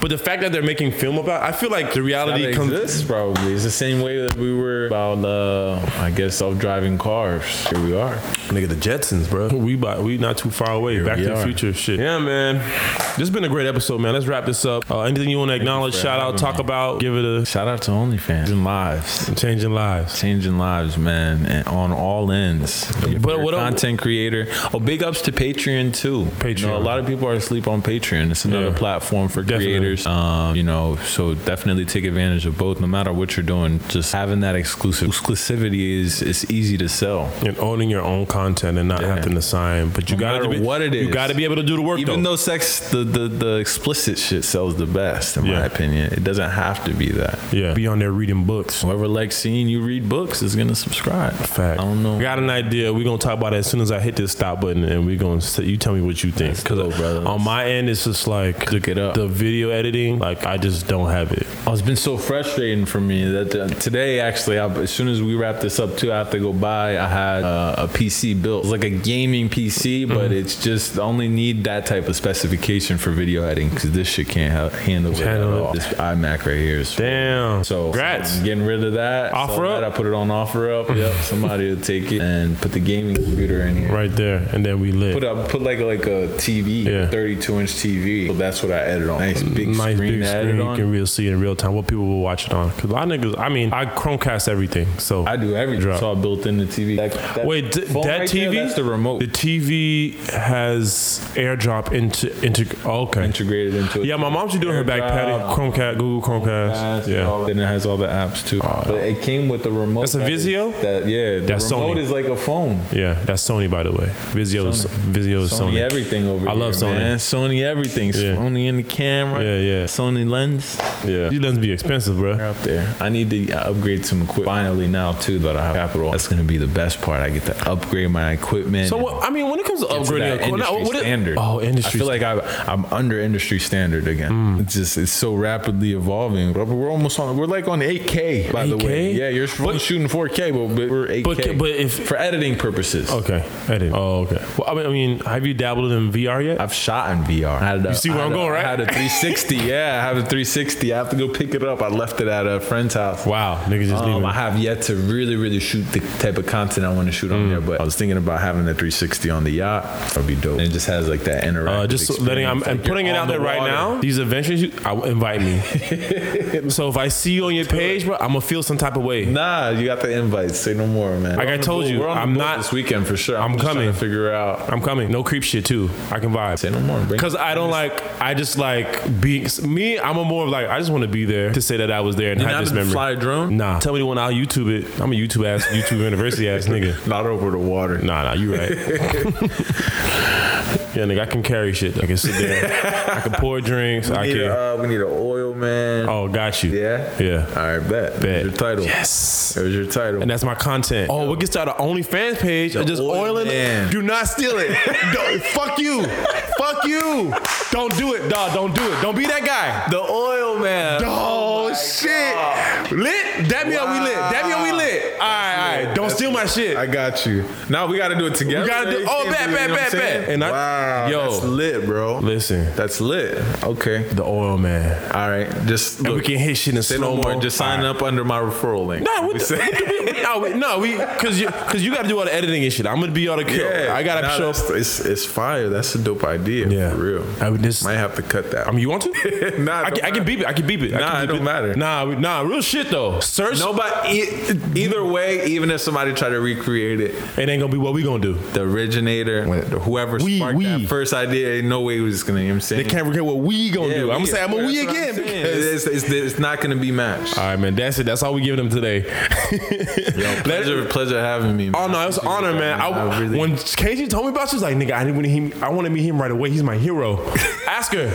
[SPEAKER 1] But the fact that they're making film about, I feel like the reality
[SPEAKER 2] That
[SPEAKER 1] comes.
[SPEAKER 2] exists probably. It's the same way that we were about, uh, I guess, self-driving cars. Here we are.
[SPEAKER 1] Nigga, the Jetsons, bro. We by, we not too far away. Back
[SPEAKER 2] we
[SPEAKER 1] to the
[SPEAKER 2] are.
[SPEAKER 1] future shit. Yeah, man. This has been a great episode, man. Let's wrap this up. Uh, anything you want to acknowledge,
[SPEAKER 2] for
[SPEAKER 1] shout out,
[SPEAKER 2] having
[SPEAKER 1] talk
[SPEAKER 2] me.
[SPEAKER 1] about, give it a
[SPEAKER 2] Shout out to OnlyFans. Changing lives.
[SPEAKER 1] changing lives.
[SPEAKER 2] Changing lives, man, and on all ends.
[SPEAKER 1] But what-
[SPEAKER 2] content creator? Oh, big ups to Patreon too.
[SPEAKER 1] Patreon.
[SPEAKER 2] You know, a lot of people are asleep on Patreon. It's another
[SPEAKER 1] Yeah.
[SPEAKER 2] platform for
[SPEAKER 1] Definitely.
[SPEAKER 2] creators. Um, you know, so definitely take advantage of both. No matter what you're doing, just having that exclusive exclusivity is is easy to sell.
[SPEAKER 1] And owning your own content and not having to sign, but you
[SPEAKER 2] No
[SPEAKER 1] gotta be
[SPEAKER 2] matter what it
[SPEAKER 1] You
[SPEAKER 2] is.
[SPEAKER 1] gotta be able able to do the work
[SPEAKER 2] Even
[SPEAKER 1] though.
[SPEAKER 2] though sex, the, the the explicit shit sells the best, in
[SPEAKER 1] Yeah.
[SPEAKER 2] my opinion. It doesn't have to be that.
[SPEAKER 1] yeah. Be on there reading books.
[SPEAKER 2] Whoever likes seeing you read books is gonna subscribe.
[SPEAKER 1] Fact.
[SPEAKER 2] I don't know.
[SPEAKER 1] Got an idea. We're gonna talk about it as soon as I hit this stop button, and we're gonna say, you tell me what you think.
[SPEAKER 2] Let's go, brother.
[SPEAKER 1] on my end, it's just like
[SPEAKER 2] Cook it up.
[SPEAKER 1] the video editing. Like I just don't have it.
[SPEAKER 2] Oh, it's been so frustrating for me that uh, today, actually, I, as soon as we wrap this up, too, I have to go buy. I had uh, a PC built. It's like a gaming PC,
[SPEAKER 1] Mm-hmm.
[SPEAKER 2] but it's just I only need that type of specification for video editing because this shit can't ha- handle it at
[SPEAKER 1] Handle it.
[SPEAKER 2] all. This iMac right here is.
[SPEAKER 1] Damn.
[SPEAKER 2] So,
[SPEAKER 1] Congrats.
[SPEAKER 2] I'm getting rid of that. Sold
[SPEAKER 1] Offer
[SPEAKER 2] that,
[SPEAKER 1] up?
[SPEAKER 2] I put it on offer up. Yep. Somebody will take it and put the gaming computer in here.
[SPEAKER 1] Right there, and then we lit.
[SPEAKER 2] Put up, put like like a TV,
[SPEAKER 1] Yeah.
[SPEAKER 2] 32 inch TV. So that's what I edit on. Nice big
[SPEAKER 1] nice
[SPEAKER 2] screen.
[SPEAKER 1] big
[SPEAKER 2] to edit
[SPEAKER 1] screen you
[SPEAKER 2] on.
[SPEAKER 1] can real see in real time what people will watch it on. Cause a lot of niggas, I mean, I Chromecast everything. So
[SPEAKER 2] I do everything.
[SPEAKER 1] Drop.
[SPEAKER 2] It's all built in the TV. That, that
[SPEAKER 1] Wait, th-
[SPEAKER 2] phone
[SPEAKER 1] that
[SPEAKER 2] right there,
[SPEAKER 1] TV?
[SPEAKER 2] that's the remote
[SPEAKER 1] The TV has AirDrop into into. oh, okay.
[SPEAKER 2] integrated into it.
[SPEAKER 1] yeah, my mom's doing her back patty.
[SPEAKER 2] AirDrop,
[SPEAKER 1] Chromecast, Google Chromecast.
[SPEAKER 2] Chromecast, oh.
[SPEAKER 1] Yeah. Oh,
[SPEAKER 2] all- Then it has all the apps too. but it came with the remote.
[SPEAKER 1] That's a
[SPEAKER 2] that is-
[SPEAKER 1] Vizio?
[SPEAKER 2] That yeah. The
[SPEAKER 1] That's
[SPEAKER 2] remote
[SPEAKER 1] Sony.
[SPEAKER 2] is like a phone.
[SPEAKER 1] Yeah, that's Sony, by the way. Vizio is Vizio is
[SPEAKER 2] Sony,
[SPEAKER 1] Sony.
[SPEAKER 2] everything over
[SPEAKER 1] I
[SPEAKER 2] here.
[SPEAKER 1] love Sony.
[SPEAKER 2] Man. Sony everything.
[SPEAKER 1] Yeah.
[SPEAKER 2] Sony in the camera.
[SPEAKER 1] Yeah, yeah.
[SPEAKER 2] Sony lens.
[SPEAKER 1] Yeah, these lenses be expensive, bro.
[SPEAKER 2] Up there. I need to upgrade some equipment finally now too that I have capital. That's gonna be the best part. I get to upgrade my equipipment.
[SPEAKER 1] So what, I mean, when it comes to
[SPEAKER 2] It's
[SPEAKER 1] upgrading,
[SPEAKER 2] that
[SPEAKER 1] equipment-
[SPEAKER 2] industry
[SPEAKER 1] what it-
[SPEAKER 2] standard.
[SPEAKER 1] oh, industry. Mm.
[SPEAKER 2] I feel like I, I'm under industry standard again. It's just it's so rapidly evolving. But we're almost on. We're like on 8K by the
[SPEAKER 1] 8K?
[SPEAKER 2] way. Yeah, you're only shooting 4K, but, but we're 8K.
[SPEAKER 1] But- but if-
[SPEAKER 2] for editing purposes,
[SPEAKER 1] okay, edit. Oh, okay. Well, I mean, I mean, have you dabbled in VR yet?
[SPEAKER 2] I've shot in VR. I had a-
[SPEAKER 1] You see where
[SPEAKER 2] I had
[SPEAKER 1] I'm
[SPEAKER 2] a-
[SPEAKER 1] going, right?
[SPEAKER 2] I had a 360. yeah, I have a 360. I have to go pick it up. I left it at a friend's house.
[SPEAKER 1] Wow, niggas just
[SPEAKER 2] Um,
[SPEAKER 1] leaving.
[SPEAKER 2] I have yet to really, really shoot the type of content I want to shoot on there, but I was thinking about having the 360 on the yacht. That'd be dope. Mm. And it just has like that interactive.
[SPEAKER 1] Uh, just so- letting I'm,
[SPEAKER 2] experience.
[SPEAKER 1] I'm
[SPEAKER 2] Like,
[SPEAKER 1] putting
[SPEAKER 2] you're
[SPEAKER 1] it
[SPEAKER 2] on
[SPEAKER 1] out
[SPEAKER 2] the
[SPEAKER 1] there right
[SPEAKER 2] water.
[SPEAKER 1] now. These adventures, you, I, invite me. so if I see you on your page, bro, I'm gonna feel some type of way.
[SPEAKER 2] Nah, you got the invites. Say no more, man.
[SPEAKER 1] Like
[SPEAKER 2] We're
[SPEAKER 1] I
[SPEAKER 2] on the
[SPEAKER 1] told
[SPEAKER 2] boat-
[SPEAKER 1] you,
[SPEAKER 2] we're on the
[SPEAKER 1] I'm
[SPEAKER 2] boat
[SPEAKER 1] not-
[SPEAKER 2] this weekend for sure.
[SPEAKER 1] I'm
[SPEAKER 2] just trying
[SPEAKER 1] coming.
[SPEAKER 2] to figure out.
[SPEAKER 1] I'm coming. No creep shit too. I can vibe.
[SPEAKER 2] Say no more. Bring
[SPEAKER 1] Cause I don't like. I just like being me. I'm a more of like. I just want to be there to say that I was there and
[SPEAKER 2] You're
[SPEAKER 1] have
[SPEAKER 2] not
[SPEAKER 1] this
[SPEAKER 2] gonna
[SPEAKER 1] memory.
[SPEAKER 2] fly a drone?
[SPEAKER 1] Nah. Tell me when I'll YouTube it. I'm a YouTube ass, YouTube university ass nigga.
[SPEAKER 2] not over the water.
[SPEAKER 1] Nah, nah, you right. yeah, nigga, I can carry shit. I can sit there. I can pour drinks. I
[SPEAKER 2] We need,
[SPEAKER 1] can.
[SPEAKER 2] a, uh, we need an oil man.
[SPEAKER 1] oh, got you.
[SPEAKER 2] Yeah?
[SPEAKER 1] Yeah.
[SPEAKER 2] All right, bet.
[SPEAKER 1] Bet.
[SPEAKER 2] There's your title.
[SPEAKER 1] Yes.
[SPEAKER 2] There's your title.
[SPEAKER 1] And that's my content. Oh, what gets to the OnlyFans page and just
[SPEAKER 2] oil
[SPEAKER 1] oiling.
[SPEAKER 2] man.
[SPEAKER 1] Do not steal it. Don't- fuck you. fuck you. Don't do it, dog. Don't do it. Don't be that guy.
[SPEAKER 2] the oil man.
[SPEAKER 1] Oh, shit. Lit? That mean we lit. That mean we lit. All right, all right. Don't steal my shit.
[SPEAKER 2] I got you. Now we got to do it together.
[SPEAKER 1] We gotta do-
[SPEAKER 2] You
[SPEAKER 1] oh, bet,
[SPEAKER 2] can't it,
[SPEAKER 1] bet,
[SPEAKER 2] you know
[SPEAKER 1] bet,
[SPEAKER 2] what I'm saying?
[SPEAKER 1] bet. And I-
[SPEAKER 2] wow,
[SPEAKER 1] Yo.
[SPEAKER 2] that's lit, bro.
[SPEAKER 1] Listen,
[SPEAKER 2] That's lit. Okay.
[SPEAKER 1] the oil man.
[SPEAKER 2] All right. Just
[SPEAKER 1] And we
[SPEAKER 2] look.
[SPEAKER 1] can hit shit in
[SPEAKER 2] Say
[SPEAKER 1] slow
[SPEAKER 2] no more.
[SPEAKER 1] mo.
[SPEAKER 2] Just sign up under my referral link.
[SPEAKER 1] No,
[SPEAKER 2] We
[SPEAKER 1] what the,
[SPEAKER 2] say-
[SPEAKER 1] what do we, no, we, no, we, cause you, cause you gotta do all the editing and shit. I'm gonna be all the kill. I gotta
[SPEAKER 2] nah,
[SPEAKER 1] show.
[SPEAKER 2] that's- It's, it's fire. That's a dope idea.
[SPEAKER 1] Yeah.
[SPEAKER 2] For real.
[SPEAKER 1] I would just-
[SPEAKER 2] might have to cut that.
[SPEAKER 1] I mean, you want to?
[SPEAKER 2] Nah, it
[SPEAKER 1] I
[SPEAKER 2] don't
[SPEAKER 1] can, I can beep it. I can beep it. I
[SPEAKER 2] Nah,
[SPEAKER 1] can
[SPEAKER 2] it
[SPEAKER 1] beep
[SPEAKER 2] don't matter.
[SPEAKER 1] Nah, we- nah, real shit though. Search.
[SPEAKER 2] Nobody. e- Either way, even if somebody tried to recreate it,
[SPEAKER 1] It ain't gonna be what we gonna do.
[SPEAKER 2] the originator, whoever
[SPEAKER 1] We-
[SPEAKER 2] sparked
[SPEAKER 1] we.
[SPEAKER 2] that first idea, ain't no way it was gonna. You know what I'm saying
[SPEAKER 1] They can't forget what we gonna
[SPEAKER 2] Yeah,
[SPEAKER 1] do. I'm gonna
[SPEAKER 2] we-
[SPEAKER 1] say I'm a
[SPEAKER 2] that's
[SPEAKER 1] we
[SPEAKER 2] what I'm
[SPEAKER 1] again.
[SPEAKER 2] saying.
[SPEAKER 1] because-
[SPEAKER 2] It's, it's, it's not gonna be matched.
[SPEAKER 1] all right, man. That's it. That's all we giving them today. Let-
[SPEAKER 2] Pleasure, pleasure having me. man.
[SPEAKER 1] Oh no, it was an honor, man. I,
[SPEAKER 2] I really-
[SPEAKER 1] when Casey told me about you, I was like, nigga, I didn't want to meet him. I want to meet him right away. He's my hero. Ask her.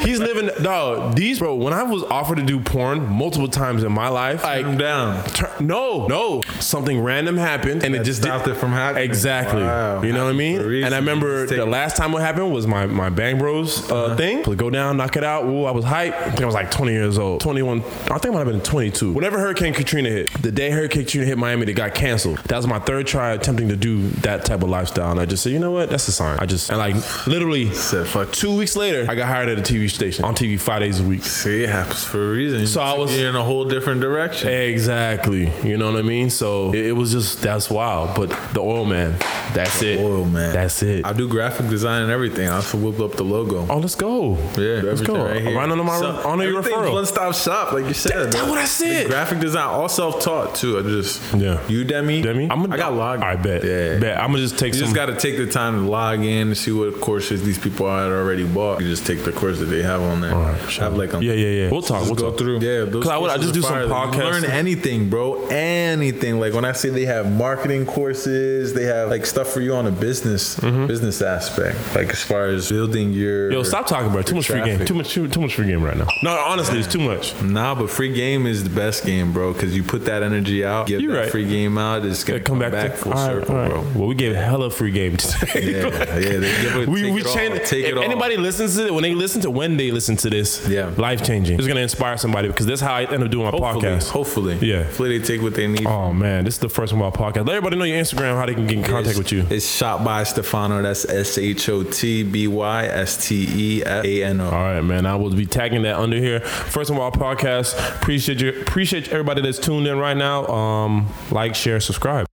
[SPEAKER 1] He's living dog. These bro. When I was offered to do porn multiple times in my life, like
[SPEAKER 2] I'm down.
[SPEAKER 1] tur- no, no, something random happened and it
[SPEAKER 2] That
[SPEAKER 1] just
[SPEAKER 2] stopped
[SPEAKER 1] did-
[SPEAKER 2] it from happening.
[SPEAKER 1] Exactly.
[SPEAKER 2] Wow.
[SPEAKER 1] You know what I mean?
[SPEAKER 2] For a reason.
[SPEAKER 1] And I remember
[SPEAKER 2] Just take-
[SPEAKER 1] the last time what happened was my my Bang Bros uh,
[SPEAKER 2] Uh-huh.
[SPEAKER 1] thing. So go down, knock it out. Ooh, I was hyped. I think I was like 20 years old, 21. I think I might have been 22. Whenever Hurricane Katrina hit, the day Hurricane Katrina hit Miami, it got canceled. That was my third try attempting to do that type of lifestyle, and I just said, you know what? That's a sign. I just and like literally
[SPEAKER 2] Said, "Fuck."
[SPEAKER 1] two weeks later, I got hired at a TV station on TV five days a week.
[SPEAKER 2] See, it happens for a reason.
[SPEAKER 1] So I was-
[SPEAKER 2] You're in a whole different direction.
[SPEAKER 1] Exactly. You know what I mean? So it, it was just that's wild. But the oil man, that's it.
[SPEAKER 2] Oil man.
[SPEAKER 1] That's it.
[SPEAKER 2] I do graphic design and everything. I also whip up the logo.
[SPEAKER 1] Oh, let's go.
[SPEAKER 2] Yeah,
[SPEAKER 1] let's go. Right,
[SPEAKER 2] here.
[SPEAKER 1] on my
[SPEAKER 2] So,
[SPEAKER 1] on your
[SPEAKER 2] everything's
[SPEAKER 1] referral.
[SPEAKER 2] One stop shop, like you said.
[SPEAKER 1] that's
[SPEAKER 2] bro.
[SPEAKER 1] what I said.
[SPEAKER 2] The graphic design, all self taught too. I just
[SPEAKER 1] Yeah.
[SPEAKER 2] You Demi,
[SPEAKER 1] Demi,
[SPEAKER 2] I'm a, I got log.
[SPEAKER 1] I bet.
[SPEAKER 2] Yeah.
[SPEAKER 1] Bet. I'm gonna just take
[SPEAKER 2] You
[SPEAKER 1] some.
[SPEAKER 2] just got to take the time to log in and see what courses these people had already bought. You just take the course that they have on there. have like a,
[SPEAKER 1] yeah, yeah, yeah. We'll talk.
[SPEAKER 2] Just
[SPEAKER 1] We'll
[SPEAKER 2] go
[SPEAKER 1] talk.
[SPEAKER 2] through. Yeah, those
[SPEAKER 1] 'Cause I would- I
[SPEAKER 2] courses
[SPEAKER 1] just do
[SPEAKER 2] are fire.
[SPEAKER 1] some
[SPEAKER 2] Like, you
[SPEAKER 1] podcasting.
[SPEAKER 2] Learn anything, bro. Anything. Like when I say they have marketing courses, they have like stuff for you on a business business aspect, like as far as building your.
[SPEAKER 1] Mm-hmm. Yo, stop talking, bro. Too much free game.
[SPEAKER 2] Traffic.
[SPEAKER 1] Too much. Too, too much free game right now. No, honestly, it's too much.
[SPEAKER 2] Nah, but free game is the best game, bro. Because you put that energy out, give
[SPEAKER 1] You
[SPEAKER 2] that
[SPEAKER 1] right.
[SPEAKER 2] free game out, it's gonna
[SPEAKER 1] Gotta come back, to
[SPEAKER 2] full
[SPEAKER 1] all right,
[SPEAKER 2] circle,
[SPEAKER 1] all right.
[SPEAKER 2] bro.
[SPEAKER 1] Well, we gave hella free game today.
[SPEAKER 2] Yeah, yeah. They give it,
[SPEAKER 1] We,
[SPEAKER 2] take
[SPEAKER 1] we
[SPEAKER 2] it all,
[SPEAKER 1] changed.
[SPEAKER 2] Take
[SPEAKER 1] if
[SPEAKER 2] it all.
[SPEAKER 1] anybody listens to it, when they listen to when they listen to this,
[SPEAKER 2] Yeah.
[SPEAKER 1] life changing. It's gonna inspire somebody because that's how I end up doing my
[SPEAKER 2] hopefully,
[SPEAKER 1] podcast.
[SPEAKER 2] hopefully,
[SPEAKER 1] Yeah.
[SPEAKER 2] Hopefully, they take what they need.
[SPEAKER 1] Oh man, this is the first one about podcast. Let everybody know your Instagram, how they can get in contact
[SPEAKER 2] It's-
[SPEAKER 1] with you.
[SPEAKER 2] It's shot by Stefano. That's S H O T B Y S T E F A N O.
[SPEAKER 1] All right, man. I will be tagging that under here. First of all, podcast. Appreciate you. Appreciate everybody that's tuned in right now. Um, like, share, subscribe.